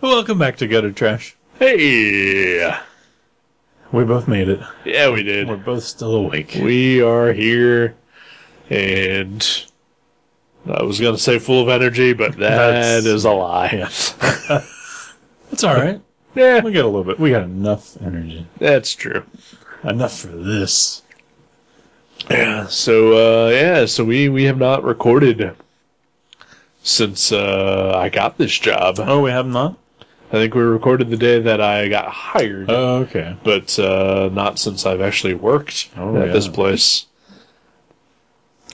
S2: Welcome back to Gutter Trash.
S1: Hey.
S2: We both made it.
S1: Yeah, we did.
S2: We're both still awake.
S1: We are here, and I was gonna say full of energy, but
S2: That's-
S1: that is a lie.
S2: It's all right.
S1: Yeah,
S2: We got a little bit. We got enough energy.
S1: that's true.
S2: Enough for this.
S1: Yeah. So uh, yeah, so we we have not recorded since uh, I got this job. I
S2: Oh, we have not.
S1: think we recorded the day that I got hired,
S2: Oh, okay.
S1: but uh, not since I've actually worked
S2: Oh,
S1: at
S2: yeah.
S1: this place.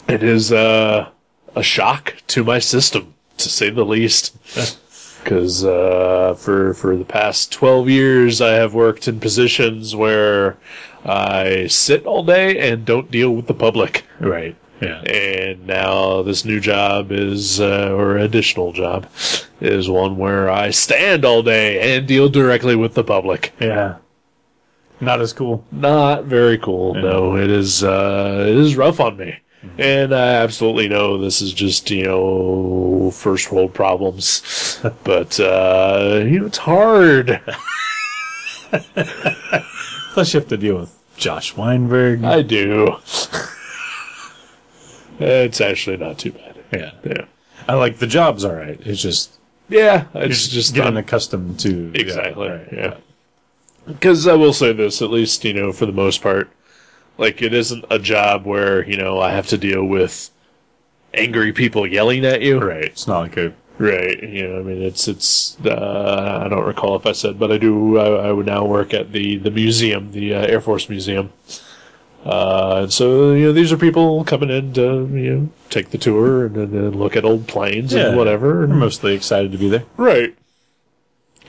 S1: It is uh, a shock to my system, to say the least. Because uh, for for the past twelve years, I have worked in positions where I sit all day and don't deal with the public.
S2: Right. Yeah.
S1: And now this new job is, uh, or additional job, is one where I stand all day and deal directly with the public.
S2: Yeah. Not as cool.
S1: Not very cool. No, it is. Uh, it is rough on me.
S2: Mm-hmm.
S1: And I absolutely know this is just you know first world problems, but uh, you know it's hard.
S2: Plus, you have to deal with Josh Weinberg.
S1: I do. It's actually not too bad.
S2: Yeah.
S1: Yeah.
S2: I like the job's all right. It's just
S1: Yeah, it's
S2: it's
S1: just
S2: just getting
S1: not
S2: accustomed to yeah,
S1: Exactly.
S2: right,
S1: yeah. Because I will say this, at least, you know, for the most part, like, it isn't a job where, you know, I have to deal with angry people yelling at you.
S2: Right. It's not like a
S1: Right. You know, I mean, it's, it's, uh, I don't recall if I said, but I do, I, I would now work at the, the museum, the uh, Air Force Museum. Uh, and so, you know, these are people coming in to, you know, take the tour and then then look at old planes
S2: Yeah.
S1: and whatever.
S2: we're
S1: and-
S2: mostly excited to be there.
S1: Right.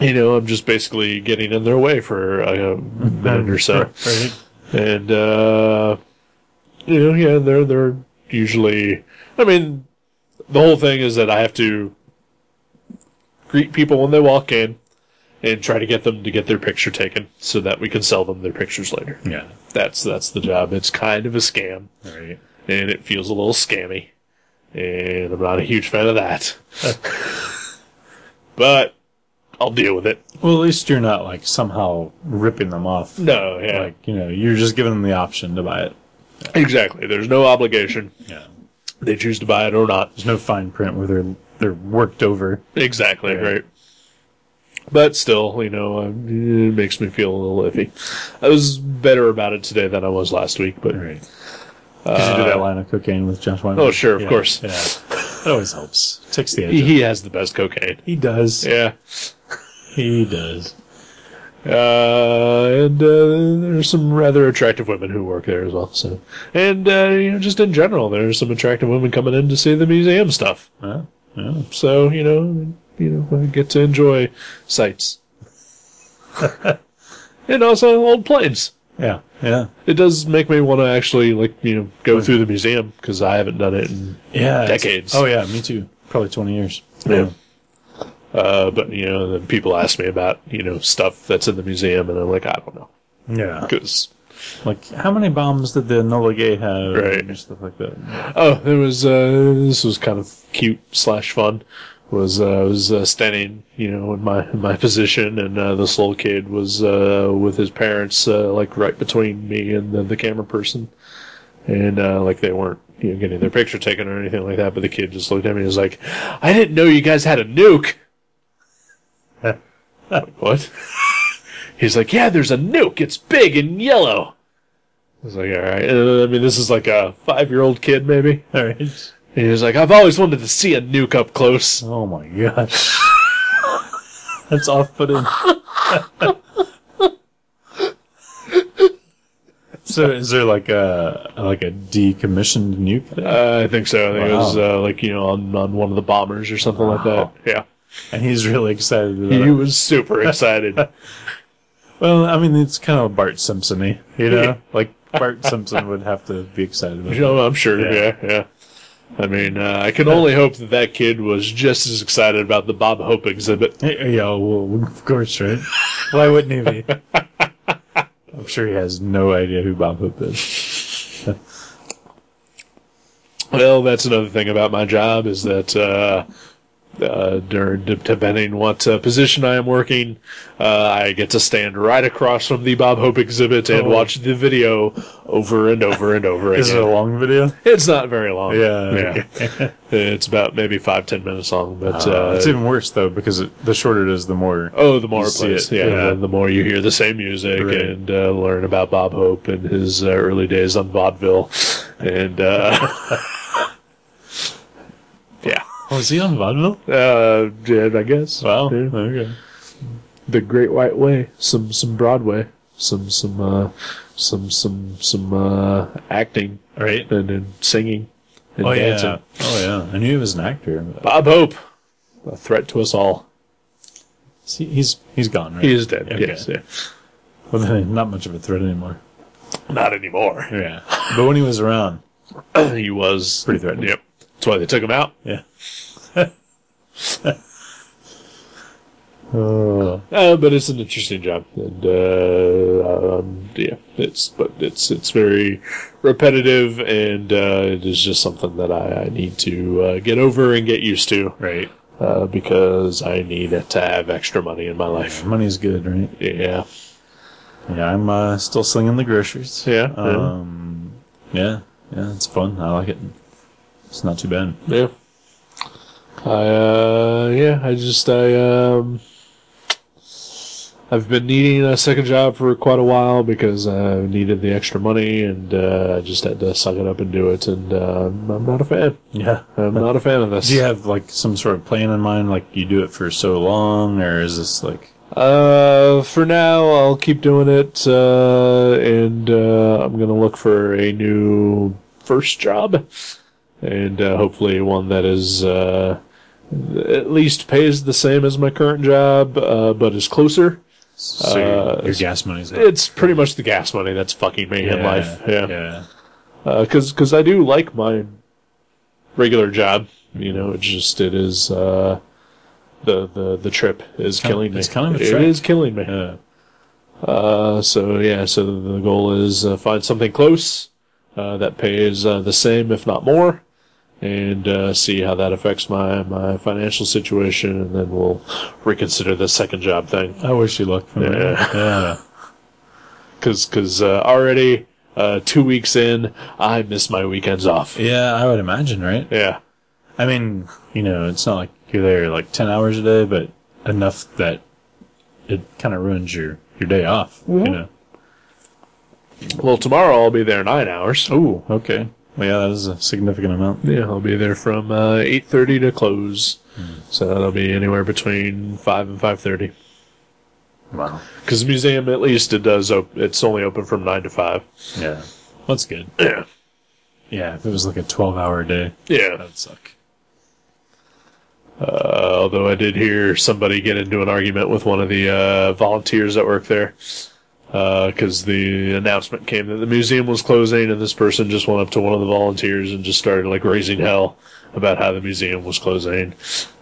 S1: You know, I'm just basically getting in their way for uh, a minute or so,
S2: Right.
S1: and uh, you know, yeah, they're they're usually. I mean, the whole thing is that I have to greet people when they walk in, and try to get them to get their picture taken so that we can sell them their pictures later.
S2: Yeah.
S1: That's that's the job. It's kind of a scam,
S2: Right.
S1: and it feels a little scammy, and I'm not a huge fan of that. but I'll deal with it.
S2: Well, at least you're not like somehow ripping them off.
S1: No, yeah,
S2: Like you know, you're just giving them the option to buy it.
S1: exactly. There's no obligation.
S2: Yeah.
S1: They choose to buy it or not.
S2: There's no fine print where they're they're worked over.
S1: Exactly
S2: Right.
S1: right. But still, you know, um, it makes me feel a little iffy. I was better about it today than I was last week, but
S2: Right. Did you do that line of cocaine with Josh Weinberg?
S1: Uh, Oh, sure, of
S2: Yeah,
S1: course.
S2: Yeah. That always helps. Takes the edge.
S1: he,
S2: off.
S1: he has the best cocaine.
S2: He does.
S1: Yeah.
S2: He does.
S1: Uh, and uh, there's some rather attractive women who work there as well. So, and uh, you know, just in general, there's some attractive women coming in to see the museum stuff.
S2: Huh? Yeah.
S1: So you know, you know, I get to enjoy sights, and also old planes.
S2: Yeah. Yeah.
S1: It does make me want to actually like you know go through the museum because I haven't done it. In,
S2: Yeah. it's-
S1: Decades.
S2: Oh yeah, me too. Probably twenty years.
S1: Yeah. uh, but you know, then people ask me about you know stuff that's in the museum, and I'm like, I don't know
S2: Yeah.
S1: because
S2: Like how many bombs did the Nola Gay have?
S1: Right.
S2: And stuff like that.
S1: Oh, it was. Uh, this was kind of cute slash fun. Was uh, I was uh, standing, you know, in my in my position, and uh, this little kid was uh, with his parents, uh, like right between me and the, the camera person, and uh, like they weren't you know getting their picture taken or anything like that. But the kid just looked at me and was like, "I didn't know you guys had a nuke." I'm like, what? He's like, "Yeah, there's a nuke. It's big and yellow." I was like, "All right." Uh, I mean, this is like a five year old kid, maybe.
S2: All right.
S1: And he was like, I've always wanted to see a nuke up close.
S2: Oh my gosh. That's off putting. so is there like a like a decommissioned nuke there?
S1: Uh, I think so. I think it was
S2: Wow.
S1: uh, like, you know, on, on one of the bombers or something like that.
S2: Wow.
S1: Yeah.
S2: and he's really excited about
S1: He
S2: it.
S1: was super excited.
S2: Well, I mean it's kind of Bart Simpson y, you know? Like Bart Simpson would have to be excited about
S1: You
S2: it.
S1: know, Oh, I'm sure.
S2: Yeah.
S1: Yeah. Yeah. I mean, uh, I can only hope that that kid was just as excited about the Bob Hope exhibit.
S2: Yeah, well of course, right? Why wouldn't he be? I'm sure he has no idea who Bob Hope is.
S1: Well, that's another thing about my job is that uh, uh, dur- de- depending what uh, position I am working, uh, I get to stand right across from the Bob Hope exhibit and
S2: Oh.
S1: watch the video over and over and over again.
S2: Is it a long video?
S1: It's not very long.
S2: Yeah.
S1: It's about maybe five, ten minutes long, but uh,
S2: Uh, it's even worse though because it, the shorter it is, the more.
S1: oh, the more
S2: you
S1: it
S2: see
S1: plays,
S2: it,
S1: yeah,
S2: yeah.
S1: The, the more you hear the same music
S2: Right.
S1: and uh, learn about Bob Hope and his uh, early days on vaudeville, and uh, yeah,
S2: Was Oh, he on vaudeville?
S1: uh, yeah, I guess.
S2: Wow.
S1: Yeah.
S2: Okay.
S1: the Great White Way, some some Broadway, some some uh, some some some uh, acting
S2: Right.
S1: and, and singing and
S2: Oh
S1: dancing.
S2: yeah. Oh yeah. I knew he was an actor. But
S1: Bob Hope, a threat to us all.
S2: see, he's he's gone. Right.
S1: He is dead.
S2: Okay.
S1: Yes, yeah.
S2: Well, then, not much of a threat anymore.
S1: Not anymore.
S2: Yeah. but when he was around,
S1: he was
S2: Pretty threatening.
S1: Yep. That's why they took him out.
S2: yeah. oh.
S1: Uh, but it's an interesting job, and uh, um, yeah, it's but it's it's very repetitive, and uh, it is just something that I, I need to uh, get over and get used to
S2: Right.
S1: uh, because I need to have extra money in my life.
S2: Money's good, right?
S1: Yeah,
S2: Yeah. I'm uh, still slinging the groceries.
S1: yeah.
S2: Um. Yeah. Yeah. It's fun. I like it. It's not too bad.
S1: Yeah. I uh yeah, I just I um I've been needing a second job for quite a while because I needed the extra money and uh, I just had to suck it up and do it and uh, I'm not a fan.
S2: Yeah.
S1: I'm not a fan of this.
S2: Do you have like some sort of plan in mind? Like you do it for so long, or is this like
S1: Uh, for now, I'll keep doing it, uh, and uh, I'm gonna look for a new first job, and uh, hopefully one that is uh, at least pays the same as my current job, uh, but is closer.
S2: so your,
S1: Uh,
S2: your gas money's up?
S1: It's pretty much the gas money that's fucking me in life. Yeah,
S2: yeah.
S1: because because I do like my regular job. You know, it's just it is uh, the the the trip is
S2: kind-
S1: killing me.
S2: it's kind of a
S1: It
S2: trek.
S1: is killing me.
S2: Yeah.
S1: Uh, so yeah, so the goal is uh, find something close uh, that pays uh, the same, if not more, and uh, see how that affects my my financial situation, and then we'll reconsider the second job thing.
S2: I wish you luck for
S1: Yeah.
S2: that. Yeah.
S1: Cause cause uh, already uh, two weeks in, I miss my weekends off.
S2: Yeah, I would imagine, right?
S1: Yeah,
S2: I mean, you know, it's not like you're there like 10 hours a day, but enough that it kind of ruins your, your day off, you know?
S1: well tomorrow I'll be there nine hours.
S2: Oh, okay. Well, yeah, that is a significant amount.
S1: Yeah, I'll be there from uh, eight thirty to close, so that'll be anywhere between five and five thirty.
S2: Wow.
S1: Because the museum, at least, it does. Op- it's only open from nine to five.
S2: Yeah. That's good.
S1: Yeah,
S2: Yeah, if it was like a 12 hour day, that
S1: yeah.
S2: would suck.
S1: Uh, although I did hear somebody get into an argument with one of the uh, volunteers that work there, because the announcement came that the museum was closing, and this person just went up to one of the volunteers and just started like raising hell about how the museum was closing,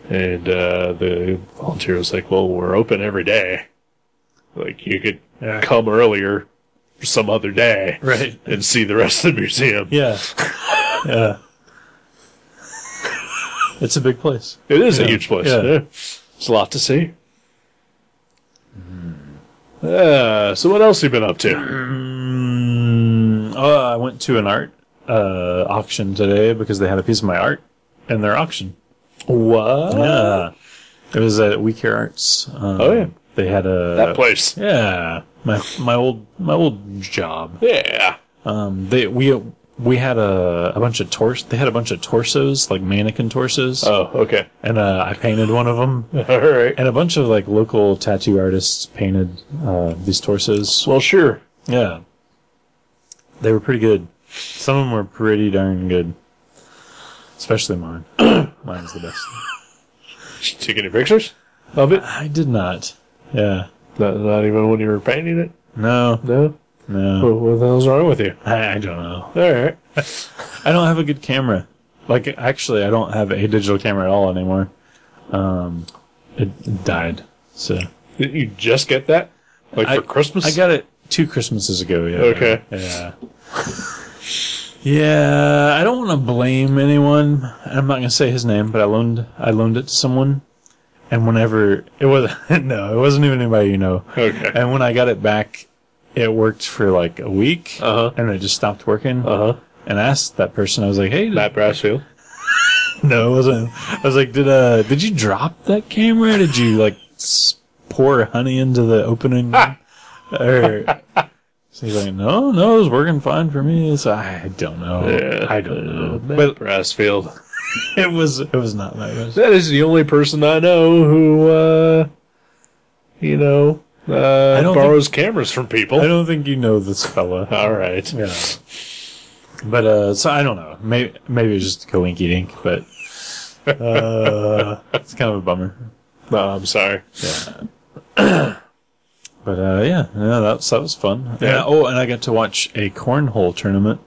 S1: and uh, the volunteer was like, "Well, we're open every day. Like you could
S2: Yeah.
S1: come earlier." Some other day,
S2: Right.
S1: and see the rest of the museum.
S2: Yeah. yeah. It's a big place.
S1: It is a
S2: Yeah.
S1: huge place.
S2: Yeah.
S1: Yeah. It's a lot to see. Uh, so what else you been up to?
S2: Mm, oh, I went to an art uh, auction today because they had a piece of my art in their auction.
S1: What?
S2: Yeah, it was at We Care Arts. Um,
S1: Oh, yeah.
S2: they had a
S1: That place.
S2: Yeah, my my old my old job.
S1: Yeah.
S2: Um, they we we had a, a bunch of tors. They had a bunch of torsos, like mannequin torsos,
S1: Oh, okay.
S2: and uh, I painted one of them.
S1: All right.
S2: And a bunch of like local tattoo artists painted uh, these torsos.
S1: Well, sure.
S2: Yeah. They were pretty good. Some of them were pretty darn good. Especially mine. Mine's the best.
S1: Did you take any pictures of it?
S2: I did not. Yeah.
S1: Not, not even when you were painting it?
S2: No.
S1: No?
S2: No.
S1: What, what the hell's wrong with you?
S2: I, I don't know.
S1: All right.
S2: I don't have a good camera. Like, actually, I don't have a digital camera at all anymore. Um, it died. So.
S1: Didn't you just get that? Like
S2: I-
S1: for Christmas?
S2: I got it two Christmases ago. Yeah.
S1: Okay.
S2: Yeah. Yeah, I don't want to blame anyone. I'm not gonna say his name, but I loaned I loaned it to someone, and whenever it was no, it wasn't even anybody you know.
S1: Okay.
S2: And when I got it back, it worked for like a week,
S1: Uh-huh.
S2: and it just stopped working.
S1: Uh huh.
S2: And I asked that person, I was like, "Hey, did-
S1: Matt Brassfield.
S2: no, it wasn't." I was like, "Did uh, did you drop that camera? Did you like s- pour honey into the opening?" or so he's like, no, no, it was working fine for me. So I don't know.
S1: Yeah.
S2: I don't know.
S1: Matt Brassfield.
S2: But it was it was not my best.
S1: That is the only person I know who, uh, you know, uh,
S2: don't
S1: borrows cameras from people.
S2: I don't think you know this fella.
S1: All right.
S2: Yeah. But uh, so I don't know. Maybe maybe it was just coinky dink, but uh, it's kind of a bummer.
S1: No, I'm sorry.
S2: But uh, yeah, yeah, that was, that was fun. Yeah. oh, and I got to watch a cornhole tournament.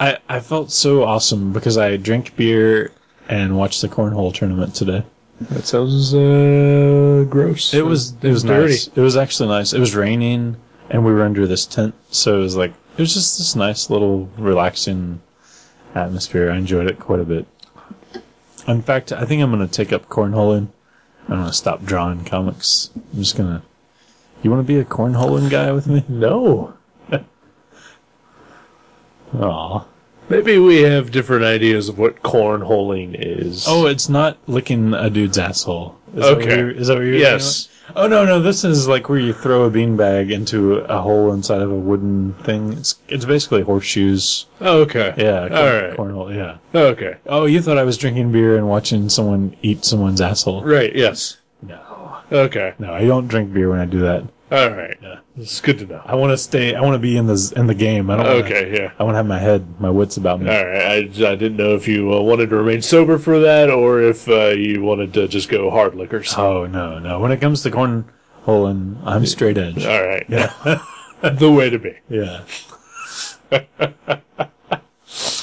S2: I I felt so awesome because I drank beer and watched the cornhole tournament today.
S1: That sounds uh, gross.
S2: It was it was
S1: dirty.
S2: nice. It was actually nice. It was raining, and we were under this tent, so it was like it was just this nice little relaxing atmosphere. I enjoyed it quite a bit. In fact, I think I'm gonna take up cornholing. I'm gonna stop drawing comics. I'm just gonna. You want to be a cornholing guy with me?
S1: No.
S2: Aw.
S1: Maybe we have different ideas of what cornholing is.
S2: Oh, it's not licking a dude's asshole. Is that what
S1: Okay.
S2: you're- is that what you're
S1: Yes.
S2: thinking about? Oh no, no, this is like where you throw a beanbag into a hole inside of a wooden thing. It's it's basically horseshoes.
S1: okay.
S2: Yeah.
S1: All right.
S2: Cornhole. Yeah.
S1: Okay.
S2: Oh, you thought I was drinking beer and watching someone eat someone's asshole?
S1: Right. Yes.
S2: No.
S1: Okay.
S2: No, I don't drink beer when I do that.
S1: All right.
S2: Yeah.
S1: It's good to know.
S2: I want to stay. I want to be in the in the game. I don't. wanna-
S1: Okay. Yeah.
S2: I want to have my head, my wits about me.
S1: All right. I, I didn't know if you uh, wanted to remain sober for that or if uh, you wanted to just go hard liquors.
S2: Oh no, no. When it comes to cornholing, I'm straight edge.
S1: All right. the way to be.
S2: Yeah.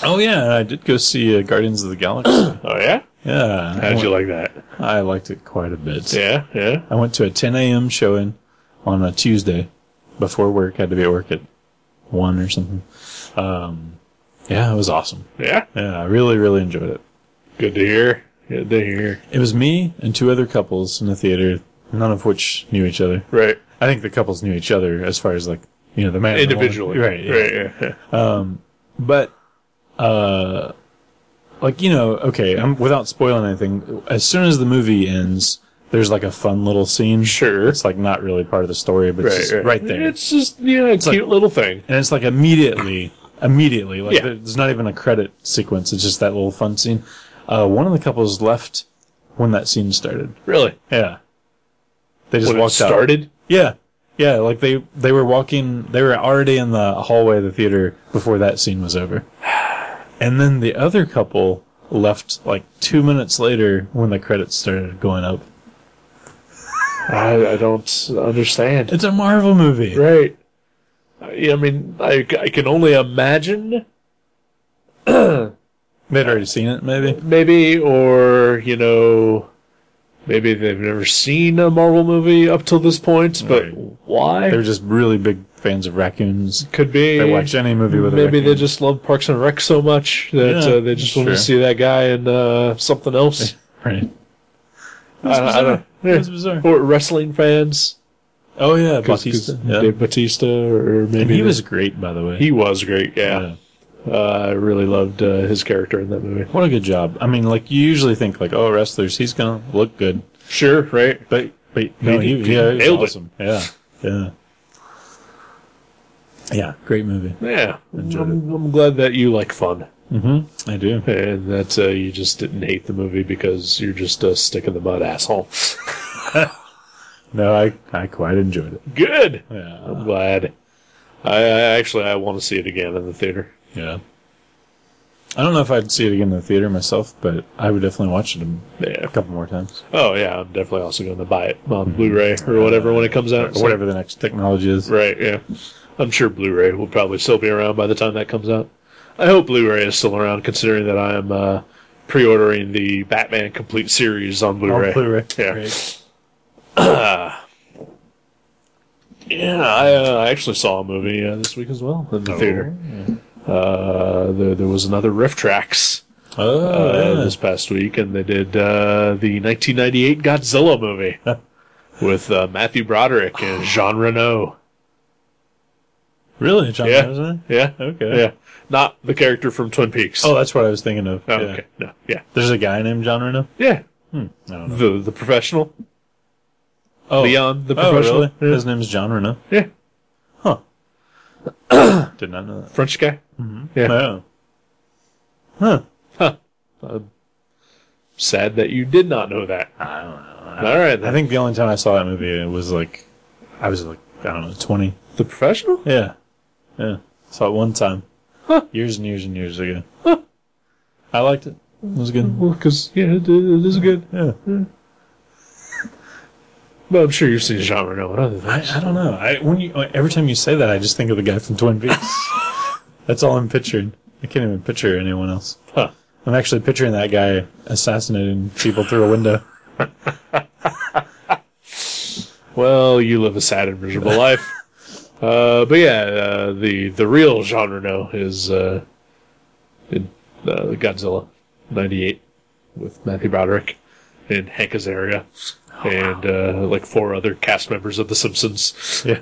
S2: oh yeah, I did go see uh, Guardians of the Galaxy.
S1: Oh yeah.
S2: yeah, I,
S1: How'd you like
S2: went-
S1: that?
S2: I liked it quite a bit.
S1: Yeah. Yeah.
S2: I went to a 10 a.m. showing on a Tuesday before work. had to be at work at one or something. Um, yeah, it was awesome.
S1: Yeah.
S2: Yeah, I really, really enjoyed it.
S1: Good to hear. Good to hear.
S2: It was me and two other couples in the theater, none of which knew each other.
S1: Right.
S2: I think the couples knew each other as far as like you know the man and the woman.
S1: Individually.
S2: right? yeah.
S1: Right. Yeah. yeah.
S2: But uh, like you know, okay, I'm without spoiling anything. As soon as the movie ends, there's like a fun little scene.
S1: Sure.
S2: it's like not really part of the story, but it's
S1: Right,
S2: just
S1: right.
S2: right. there,
S1: It's just yeah, a cute little thing.
S2: and it's like immediately, immediately, like
S1: Yeah.
S2: there's not even a credit sequence. It's just that little fun scene. Uh, one of the couples left when that scene started.
S1: Really.
S2: Yeah, they just
S1: When it
S2: walked out.
S1: started.
S2: Yeah. Yeah, like they they were walking they were already in the hallway of the theater before that scene was over. And then the other couple left like 2 minutes later when the credits started going up.
S1: I, I don't understand.
S2: It's a Marvel movie.
S1: Right. I I mean, I, I can only imagine,
S2: They'd already seen it maybe.
S1: maybe, or, you know, maybe they've never seen a Marvel movie up till this point, but
S2: Right.
S1: why?
S2: They're just really big fans of raccoons.
S1: Could be.
S2: They watch any movie with a
S1: Maybe they
S2: raccoon.
S1: just love Parks and Rec so much that
S2: Yeah,
S1: uh, they just want
S2: sure.
S1: to see that guy in uh, something else.
S2: Right.
S1: I, don't- I don't
S2: It was bizarre.
S1: Or wrestling fans.
S2: Oh yeah,
S1: 'cause-
S2: Batista.
S1: 'cause
S2: Yeah.
S1: Dave Batista, or maybe.
S2: And he
S1: the-
S2: was great by the way.
S1: He was great, yeah.
S2: Yeah.
S1: Uh, I really loved uh, his character in that movie.
S2: What a good job. I mean like you usually think like oh wrestlers he's going to look good.
S1: Sure, right?
S2: But but no,
S1: he-
S2: he,
S1: he
S2: yeah, he was
S1: nailed it.
S2: awesome. Yeah, yeah, yeah. Great movie.
S1: Yeah,
S2: Enjoyed
S1: I'm, I'm glad that you like fun
S2: Mm-hmm. I do.
S1: and that uh, you just didn't hate the movie because you're just a stick in the mud asshole.
S2: No, I I quite enjoyed it.
S1: Good.
S2: Yeah,
S1: I'm glad. I, I actually I want to see it again in the theater.
S2: yeah. I don't know if I'd see it again in the theater myself, but I would definitely watch it a
S1: Yeah.
S2: couple more times,
S1: Oh yeah, I'm definitely also going to buy it on Blu-ray or whatever when it comes out.
S2: or whatever the next technology is.
S1: Right. Yeah. I'm sure Blu-ray will probably still be around by the time that comes out. I hope Blu-ray is still around, considering that I am uh, pre-ordering the Batman Complete series on Blu-ray.
S2: On Blu-ray.
S1: Yeah.
S2: Great.
S1: Yeah, I uh, actually saw a movie uh, this week as well in
S2: Oh.
S1: the theater. Uh, there, there was another Riff Tracks
S2: Oh,
S1: uh,
S2: yeah.
S1: this past week, and they did uh, the 1998 Godzilla movie with uh, Matthew Broderick
S2: Oh.
S1: and Jean Reno.
S2: really, John?
S1: Yeah.
S2: Wasn't it?
S1: Yeah,
S2: Okay.
S1: yeah, not the character from Twin Peaks.
S2: Oh, that's what I was thinking of.
S1: Oh,
S2: yeah.
S1: okay, no, yeah,
S2: There's a guy named John Reno.
S1: yeah.
S2: I don't know.
S1: The the professional
S2: Oh,
S1: Leon, the
S2: oh,
S1: professional,
S2: really? His name is John Reno.
S1: yeah,
S2: Did not know that.
S1: French guy. Yeah,
S2: Oh. Huh.
S1: sad that you did not know that.
S2: I don't know.
S1: All right,
S2: I
S1: then.
S2: think the only time I saw that movie it was like I was like I don't know twenty.
S1: the professional.
S2: Yeah, yeah. Saw it one time, years and years and years ago. I liked it. It was good.
S1: Well, because yeah, it, it is good.
S2: Yeah.
S1: But I'm sure you've seen Jean Reno and other things.
S2: I, I don't know. I when you every time you say that, I just think of the guy from Twin Peaks. That's all I'm picturing. I can't even picture anyone else.
S1: Huh.
S2: I'm actually picturing that guy assassinating people through a window.
S1: Well, you live a sad and miserable life. Uh, but yeah, uh, the the real Jean Reno is uh, in uh, Godzilla '98 with Matthew Broderick and Hank Azaria and uh, like four other cast members of The Simpsons.
S2: Yeah.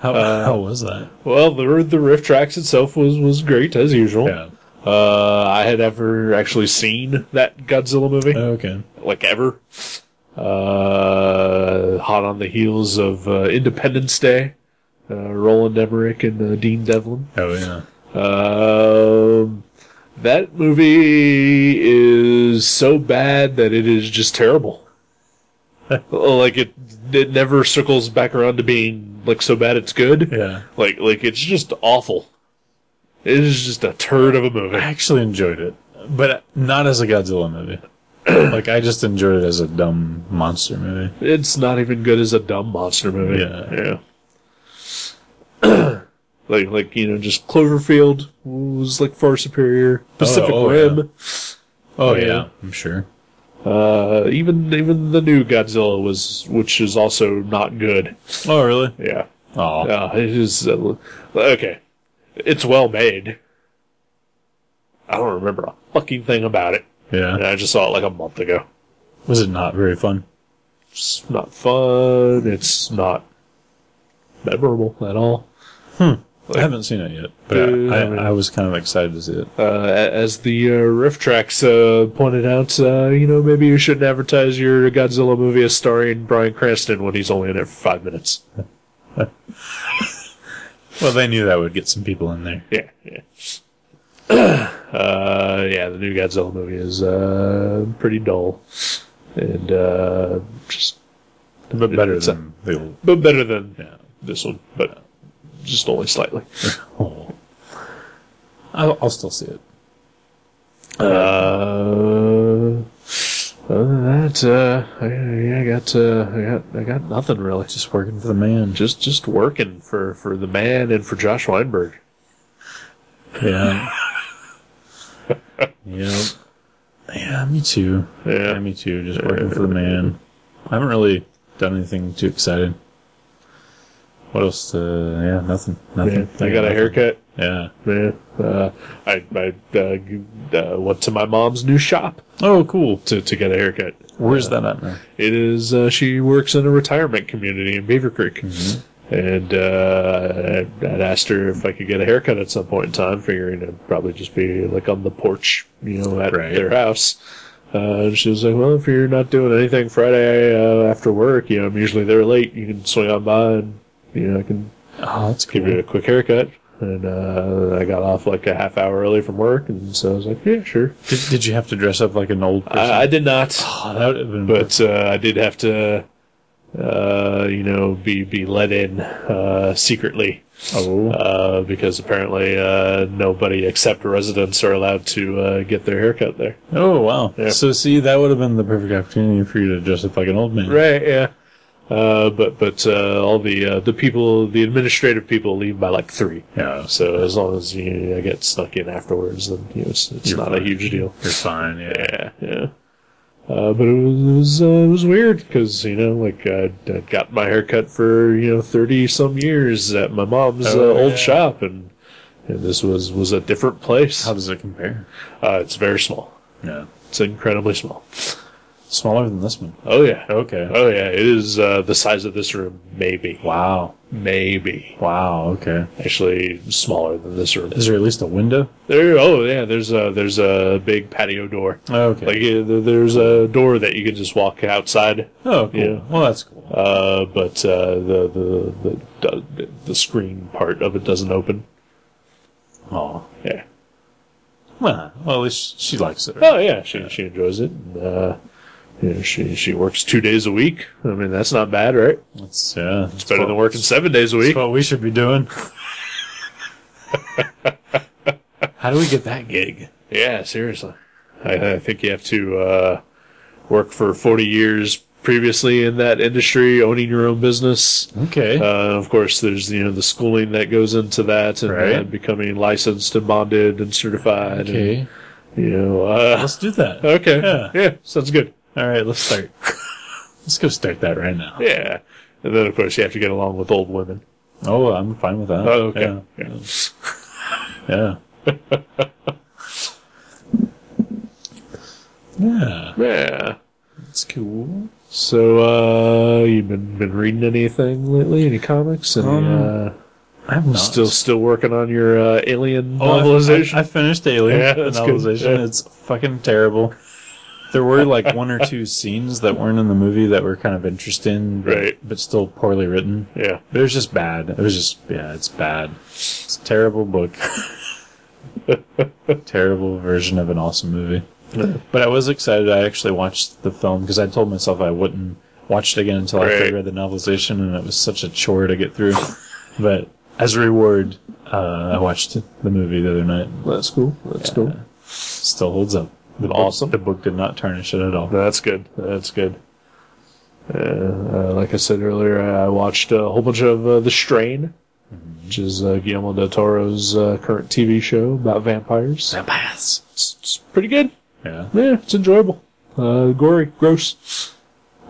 S2: How, how was that?
S1: Well, the the riff tracks itself was was great as usual.
S2: Yeah.
S1: Uh, I had ever actually seen that Godzilla movie,
S2: Okay.
S1: like ever. Uh, hot on the heels of uh, Independence Day, uh, Roland Emmerich and uh, Dean Devlin.
S2: Oh yeah.
S1: Um, that movie is so bad that it is just terrible. like it, it never circles back around to being like so bad it's good.
S2: Yeah.
S1: Like, like it's just awful. It is just a turd of a movie.
S2: I actually enjoyed it, but not as a Godzilla movie. like I just enjoyed it as a dumb monster movie.
S1: It's not even good as a dumb monster movie.
S2: Yeah.
S1: yeah. like, like you know, just Cloverfield was like far superior. Pacific
S2: oh,
S1: Rim,
S2: Oh
S1: Yeah.
S2: yeah, I'm sure.
S1: uh, even even the new Godzilla was, which is also not good.
S2: Oh really?
S1: Yeah,
S2: Oh
S1: uh, it is uh, okay. It's well made. I don't remember a fucking thing about it. And
S2: yeah.
S1: I just saw it like a month ago.
S2: Was it not very fun?
S1: It's not fun. It's not memorable at all.
S2: I haven't seen it yet, but
S1: Uh,
S2: I, I, I was kind of excited to see it.
S1: Uh, a- as the uh, riff tracks uh, pointed out, uh, you know, maybe you shouldn't advertise your Godzilla movie as starring Brian Cranston when he's only in it for five minutes.
S2: Well, they knew that would get some people in there.
S1: Yeah, yeah. uh, yeah, the new Godzilla movie is uh, pretty dull and uh, just
S2: But better
S1: It's a-
S2: than the old.
S1: but better than
S2: Yeah.
S1: this one, but just only slightly.
S2: Oh. I'll, I'll still see it.
S1: Uh, other than that, uh, I, I got uh, I got I got nothing really.
S2: Just working for the man.
S1: just just working for for the man and for Josh Weinberg.
S2: Yeah. yep. Yeah, me too.
S1: Yeah.
S2: me too. Just working for the man. I haven't really done anything too exciting. What else? Uh, yeah, nothing. Nothing.
S1: I got a
S2: nothing.
S1: haircut.
S2: Yeah.
S1: Yeah, uh, I I uh, g- uh, went to my mom's new shop
S2: Oh, cool.
S1: to to get a haircut.
S2: Where's that at now?
S1: It is uh, she works in a retirement community in Beaver Creek,
S2: Mm-hmm.
S1: and uh, I- I'd asked her if I could get a haircut at some point in time, figuring it'd probably just be like on the porch, you know, at
S2: Right.
S1: their house. Uh, and she was like, "Well, if you're not doing anything Friday uh, after work, you know, I'm usually there late. You can swing on by, and you know, I can
S2: Oh, that's
S1: give you a quick haircut." And uh, I got off like a half hour early from work, and so I was like, "Yeah, sure."
S2: Did, did you have to dress up like an old person?
S1: I, I did not.
S2: oh, that would have been
S1: but uh, I did have to, uh, you know, be be let in uh, secretly
S2: oh,
S1: uh, because apparently uh, nobody except residents are allowed to uh, get their haircut there.
S2: oh wow.
S1: yeah.
S2: So see, that would have been the perfect opportunity for you to dress up like an old man.
S1: Right? Yeah. Uh, but but uh, all the uh, the people, the administrative people, leave by like three.
S2: Yeah. So
S1: So as long as you know, I get snuck in afterwards, then you know, it's it's
S2: You're
S1: not a
S2: fine.
S1: huge deal.
S2: you're fine. Yeah.
S1: Yeah, yeah. Uh, but it was it was, uh, it was weird because you know like I'd, I'd got my haircut for you know thirty some years at my mom's
S2: Oh,
S1: uh, old
S2: yeah.
S1: shop and and this was was a different place.
S2: How does it compare?
S1: Uh, it's very small.
S2: Yeah.
S1: It's incredibly small.
S2: Smaller than this one.
S1: Oh yeah.
S2: Okay.
S1: Oh yeah. It is uh, the size of this room, maybe,
S2: Wow.
S1: maybe
S2: Wow. Okay.
S1: actually smaller than this room.
S2: Is there at least a window?
S1: There. Oh yeah. There's a there's a big patio door.
S2: Okay.
S1: Like uh, there- there's a door that you can just walk outside
S2: oh, cool.
S1: yeah.
S2: Well, that's cool.
S1: Uh, but uh, the, the the the screen part of it doesn't open.
S2: Oh.
S1: Yeah.
S2: Well, well, at least she likes it. right?
S1: Oh yeah, she she enjoys it. and, Uh, you know, she she works two days a week. I mean, that's not bad, right?
S2: That's yeah. It's
S1: Better than working seven days a
S2: That's
S1: week.
S2: what we should be doing. How do we get that gig?
S1: Yeah, seriously. I, I think you have to uh, work for forty years previously in that industry, owning your own business.
S2: Okay.
S1: Uh, of course, there's you know the schooling that goes into that, and uh,
S2: Right.
S1: becoming licensed and bonded and certified.
S2: okay.
S1: And, you know, uh,
S2: Let's do that.
S1: Okay.
S2: Yeah.
S1: sounds good.
S2: All right, let's start. let's go start that right now.
S1: Yeah. And then, of course, you have to get along with old women.
S2: Oh, I'm fine with that.
S1: Oh, okay.
S2: Yeah.
S1: Yeah.
S2: Yeah. yeah.
S1: Yeah. That's cool. So, uh, you been been reading anything lately? Any comics? And
S2: Um, I'm
S1: uh, still still working on your uh, alien
S2: Oh, I-
S1: novelization.
S2: I, I finished Alien
S1: Yeah,
S2: the
S1: that's good.
S2: novelization.
S1: Yeah.
S2: It's fucking terrible. There were like one or two scenes that weren't in the movie that were kind of interesting, but,
S1: Right.
S2: but still poorly written.
S1: yeah,
S2: But it was just bad. It was just yeah, it's bad. It's a terrible book. terrible version of an awesome movie. But I was excited. I actually watched the film because I told myself I wouldn't watch it again until after I
S1: Right.
S2: read the novelization, and it was such a chore to get through. but as a reward, uh, I watched the movie the other night.
S1: that's cool. That's cool.
S2: Still holds up. The
S1: Awesome.
S2: Book, the book did not tarnish it at all.
S1: That's good. That's good. Uh, uh, like I said earlier, I watched a whole bunch of uh, The Strain, which is uh, Guillermo del Toro's uh, current TV show about vampires.
S2: Vampires.
S1: It's, it's pretty good.
S2: Yeah.
S1: Yeah, it's enjoyable. Uh, gory, gross.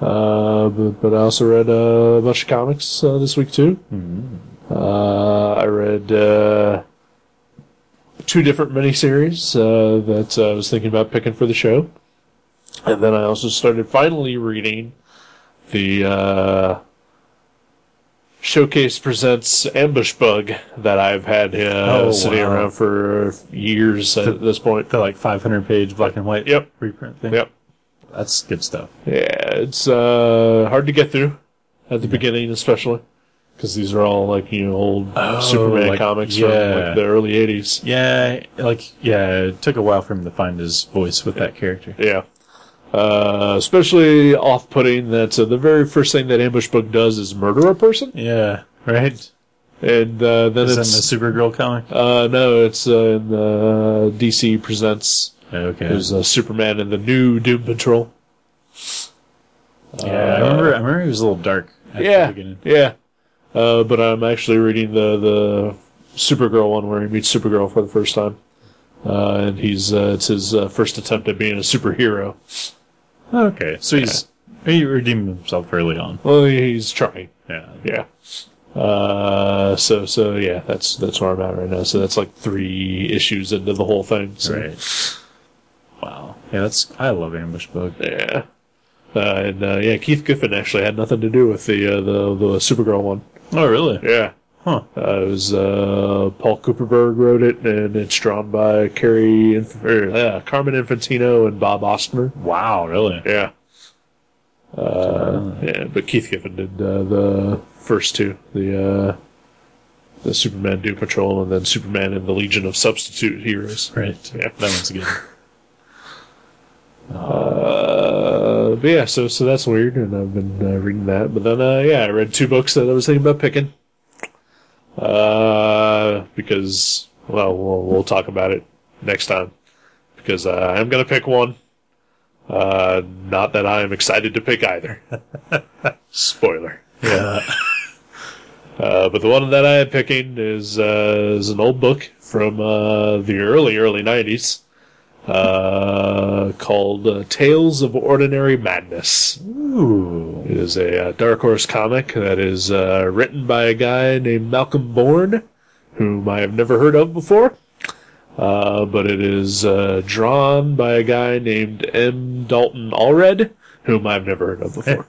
S1: Uh, but, but I also read uh, a bunch of comics uh, this week too.
S2: Mm-hmm.
S1: Uh, I read uh, two different miniseries uh, that uh, I was thinking about picking for the show, and then I also started finally reading the uh, Showcase Presents Ambush Bug that I've had uh,
S2: Oh,
S1: sitting
S2: wow.
S1: around for years at this point.
S2: The like 500 page black and white
S1: Yep.
S2: reprint thing.
S1: Yep.
S2: That's good stuff.
S1: Yeah, it's uh, hard to get through at the beginning, especially because these are all like you know old
S2: Oh,
S1: Superman
S2: like-
S1: comics from
S2: yeah.
S1: like the early '80s.
S2: Yeah, like yeah, it took a while for him to find his voice with that character.
S1: Yeah, uh, especially off-putting that uh, the very first thing that Ambush Bug does is murder a person,
S2: Yeah, right. Is
S1: and uh, then
S2: that in the
S1: it's
S2: Supergirl comic?
S1: uh, no, it's uh, in the DC presents.
S2: Okay.
S1: There's uh, Superman and the new Doom Patrol.
S2: yeah, I remember. I remember he was a little dark. At
S1: uh, yeah,
S2: The beginning.
S1: yeah. Uh, but I'm actually reading the the Supergirl one where he meets Supergirl for the first time, uh, and he's uh, it's his uh, first attempt at being a superhero.
S2: Okay, so he's he redeemed himself early on.
S1: Well, he's trying.
S2: Yeah.
S1: Yeah. Uh, so so yeah, that's that's where I'm at right now. So that's like three issues into the whole thing. So,
S2: Right. Wow. Yeah, that's I love Ambush Bug.
S1: Yeah. Uh, and uh, yeah, Keith Giffen actually had nothing to do with the uh, the the Supergirl one.
S2: Oh, really?
S1: Yeah.
S2: Huh.
S1: Uh, it was uh, Paul Cooperberg wrote it, and it's drawn by Carrie Inf- or, uh, Carmen Infantino and Bob Ostner.
S2: Wow. Really?
S1: Yeah, uh, yeah. But Keith Giffen did uh, the first two, the uh, the Superman Doom Patrol, and then Superman and the Legion of Substitute Heroes.
S2: Right.
S1: Yeah.
S2: That one's good.
S1: Uh, but yeah, so so that's weird, and I've been uh, reading that. But then, uh, yeah, I read two books that I was thinking about picking. Uh, because well, we'll, we'll talk about it next time. Because uh, I'm gonna pick one. Uh, not that I am excited to pick either. Spoiler.
S2: Yeah.
S1: Uh, but the one that I am picking is uh, is an old book from uh, the early early '90s uh, called uh, "Tales of Ordinary Madness."
S2: Ooh.
S1: It is a uh, Dark Horse comic that is uh, written by a guy named Malcolm Bourne, whom I have never heard of before. Uh, but it is uh, drawn by a guy named M. Dalton Allred, whom I've never heard of before.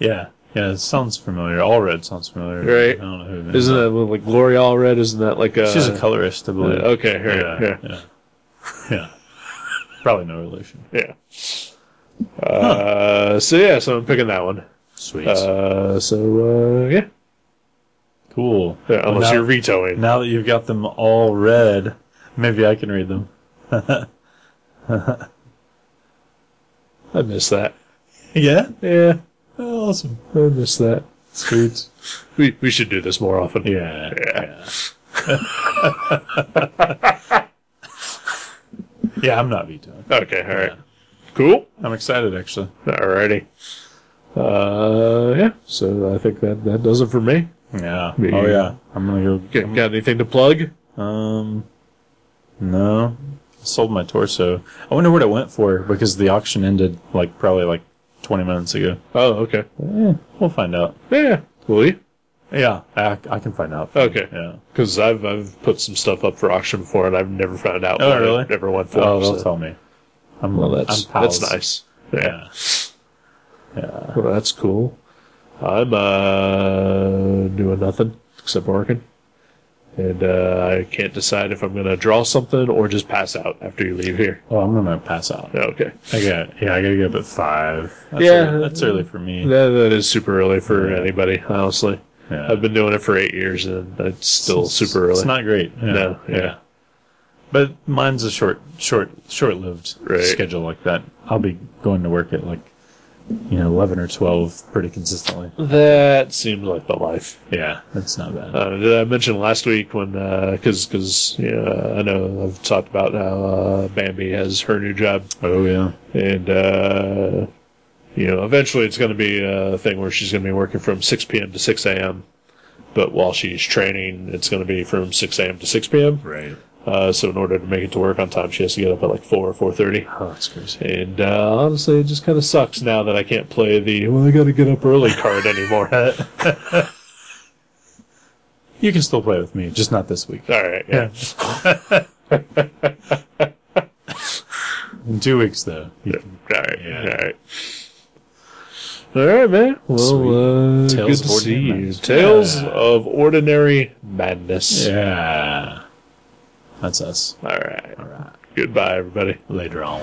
S2: Yeah. Yeah. It sounds familiar. All red sounds familiar.
S1: Right.
S2: I don't know who.
S1: Isn't that like Gloria Allred? Isn't that like a?
S2: She's a colorist, I believe.
S1: okay, right,
S2: yeah,
S1: yeah.
S2: yeah. Yeah. Probably no relation.
S1: Yeah. Uh, so yeah, so I'm picking that one.
S2: Sweet.
S1: Uh, so uh, yeah.
S2: cool.
S1: yeah
S2: Well,
S1: unless
S2: now,
S1: you're vetoing.
S2: now that you've got them all read, maybe I can read them.
S1: I miss that.
S2: Yeah? Oh,
S1: Yeah,
S2: Awesome.
S1: I miss that.
S2: Sweet.
S1: We we should do this more often.
S2: Yeah.
S1: Yeah.
S2: Yeah, I'm not vetoing.
S1: Okay. All right. Cool.
S2: I'm excited, actually.
S1: Alrighty. Uh, yeah. So I think that that does it for me.
S2: Yeah.
S1: Me.
S2: Oh, yeah. I'm going to
S1: Okay, got anything to plug?
S2: go. Um, no. Sold my torso. I wonder what it went for because the auction ended like probably like 20 minutes ago.
S1: Oh, okay.
S2: Eh, we'll find out.
S1: Yeah. Will you?
S2: Yeah, I, I can find out.
S1: Okay.
S2: Yeah.
S1: Because I've I've put some stuff up for auction before, and I've never found out.
S2: Oh,
S1: what it
S2: really?
S1: Never went for.
S2: Oh, they'll
S1: so-
S2: tell me. I'm,
S1: well, that's
S2: I'm pals.
S1: that's nice. Yeah. Well, that's cool. I'm uh, doing nothing except working. And uh, I can't decide if I'm going to draw something or just pass out after you leave here.
S2: Well, I'm gonna pass out.
S1: Okay.
S2: I got yeah. I gotta get up at five. That's
S1: Yeah.
S2: early- that's early for me.
S1: That, that is super early for anybody, honestly.
S2: Yeah.
S1: I've been doing it for eight years and it's still super early.
S2: It's not great. Yeah.
S1: No, yeah.
S2: But mine's a short, short, short-lived
S1: Right.
S2: schedule like that. I'll be going to work at like, you know, eleven or twelve pretty consistently.
S1: That seems like the life.
S2: Yeah, that's not bad.
S1: Uh, did I mention last week when, uh, because, because, you know, I know I've talked about how uh, Bambi has her new job
S2: oh yeah,
S1: and uh, you know eventually it's going to be a thing where she's going to be working from 6 p.m. to 6 a.m. But while she's training, it's going to be from 6 a.m. to 6 p.m.
S2: right.
S1: Uh, so in order to make it to work on time, she has to get up at like 4 or 4:30.
S2: Oh, that's crazy.
S1: And uh, honestly, it just kind of sucks now that I can't play the "Well, I got to get up early" card anymore. All
S2: You can still play with me, just not this week.
S1: right, yeah,
S2: In two weeks though. you can-
S1: all right,
S2: Yeah.
S1: all right. All right, man. Well, uh,
S2: Sweet.
S1: good
S2: Tales
S1: to
S2: of Ordinary
S1: see you.
S2: Madness.
S1: Tales
S2: Yeah.
S1: of Ordinary Madness.
S2: Yeah. That's us.
S1: All right.
S2: All right.
S1: Goodbye, everybody.
S2: Later on.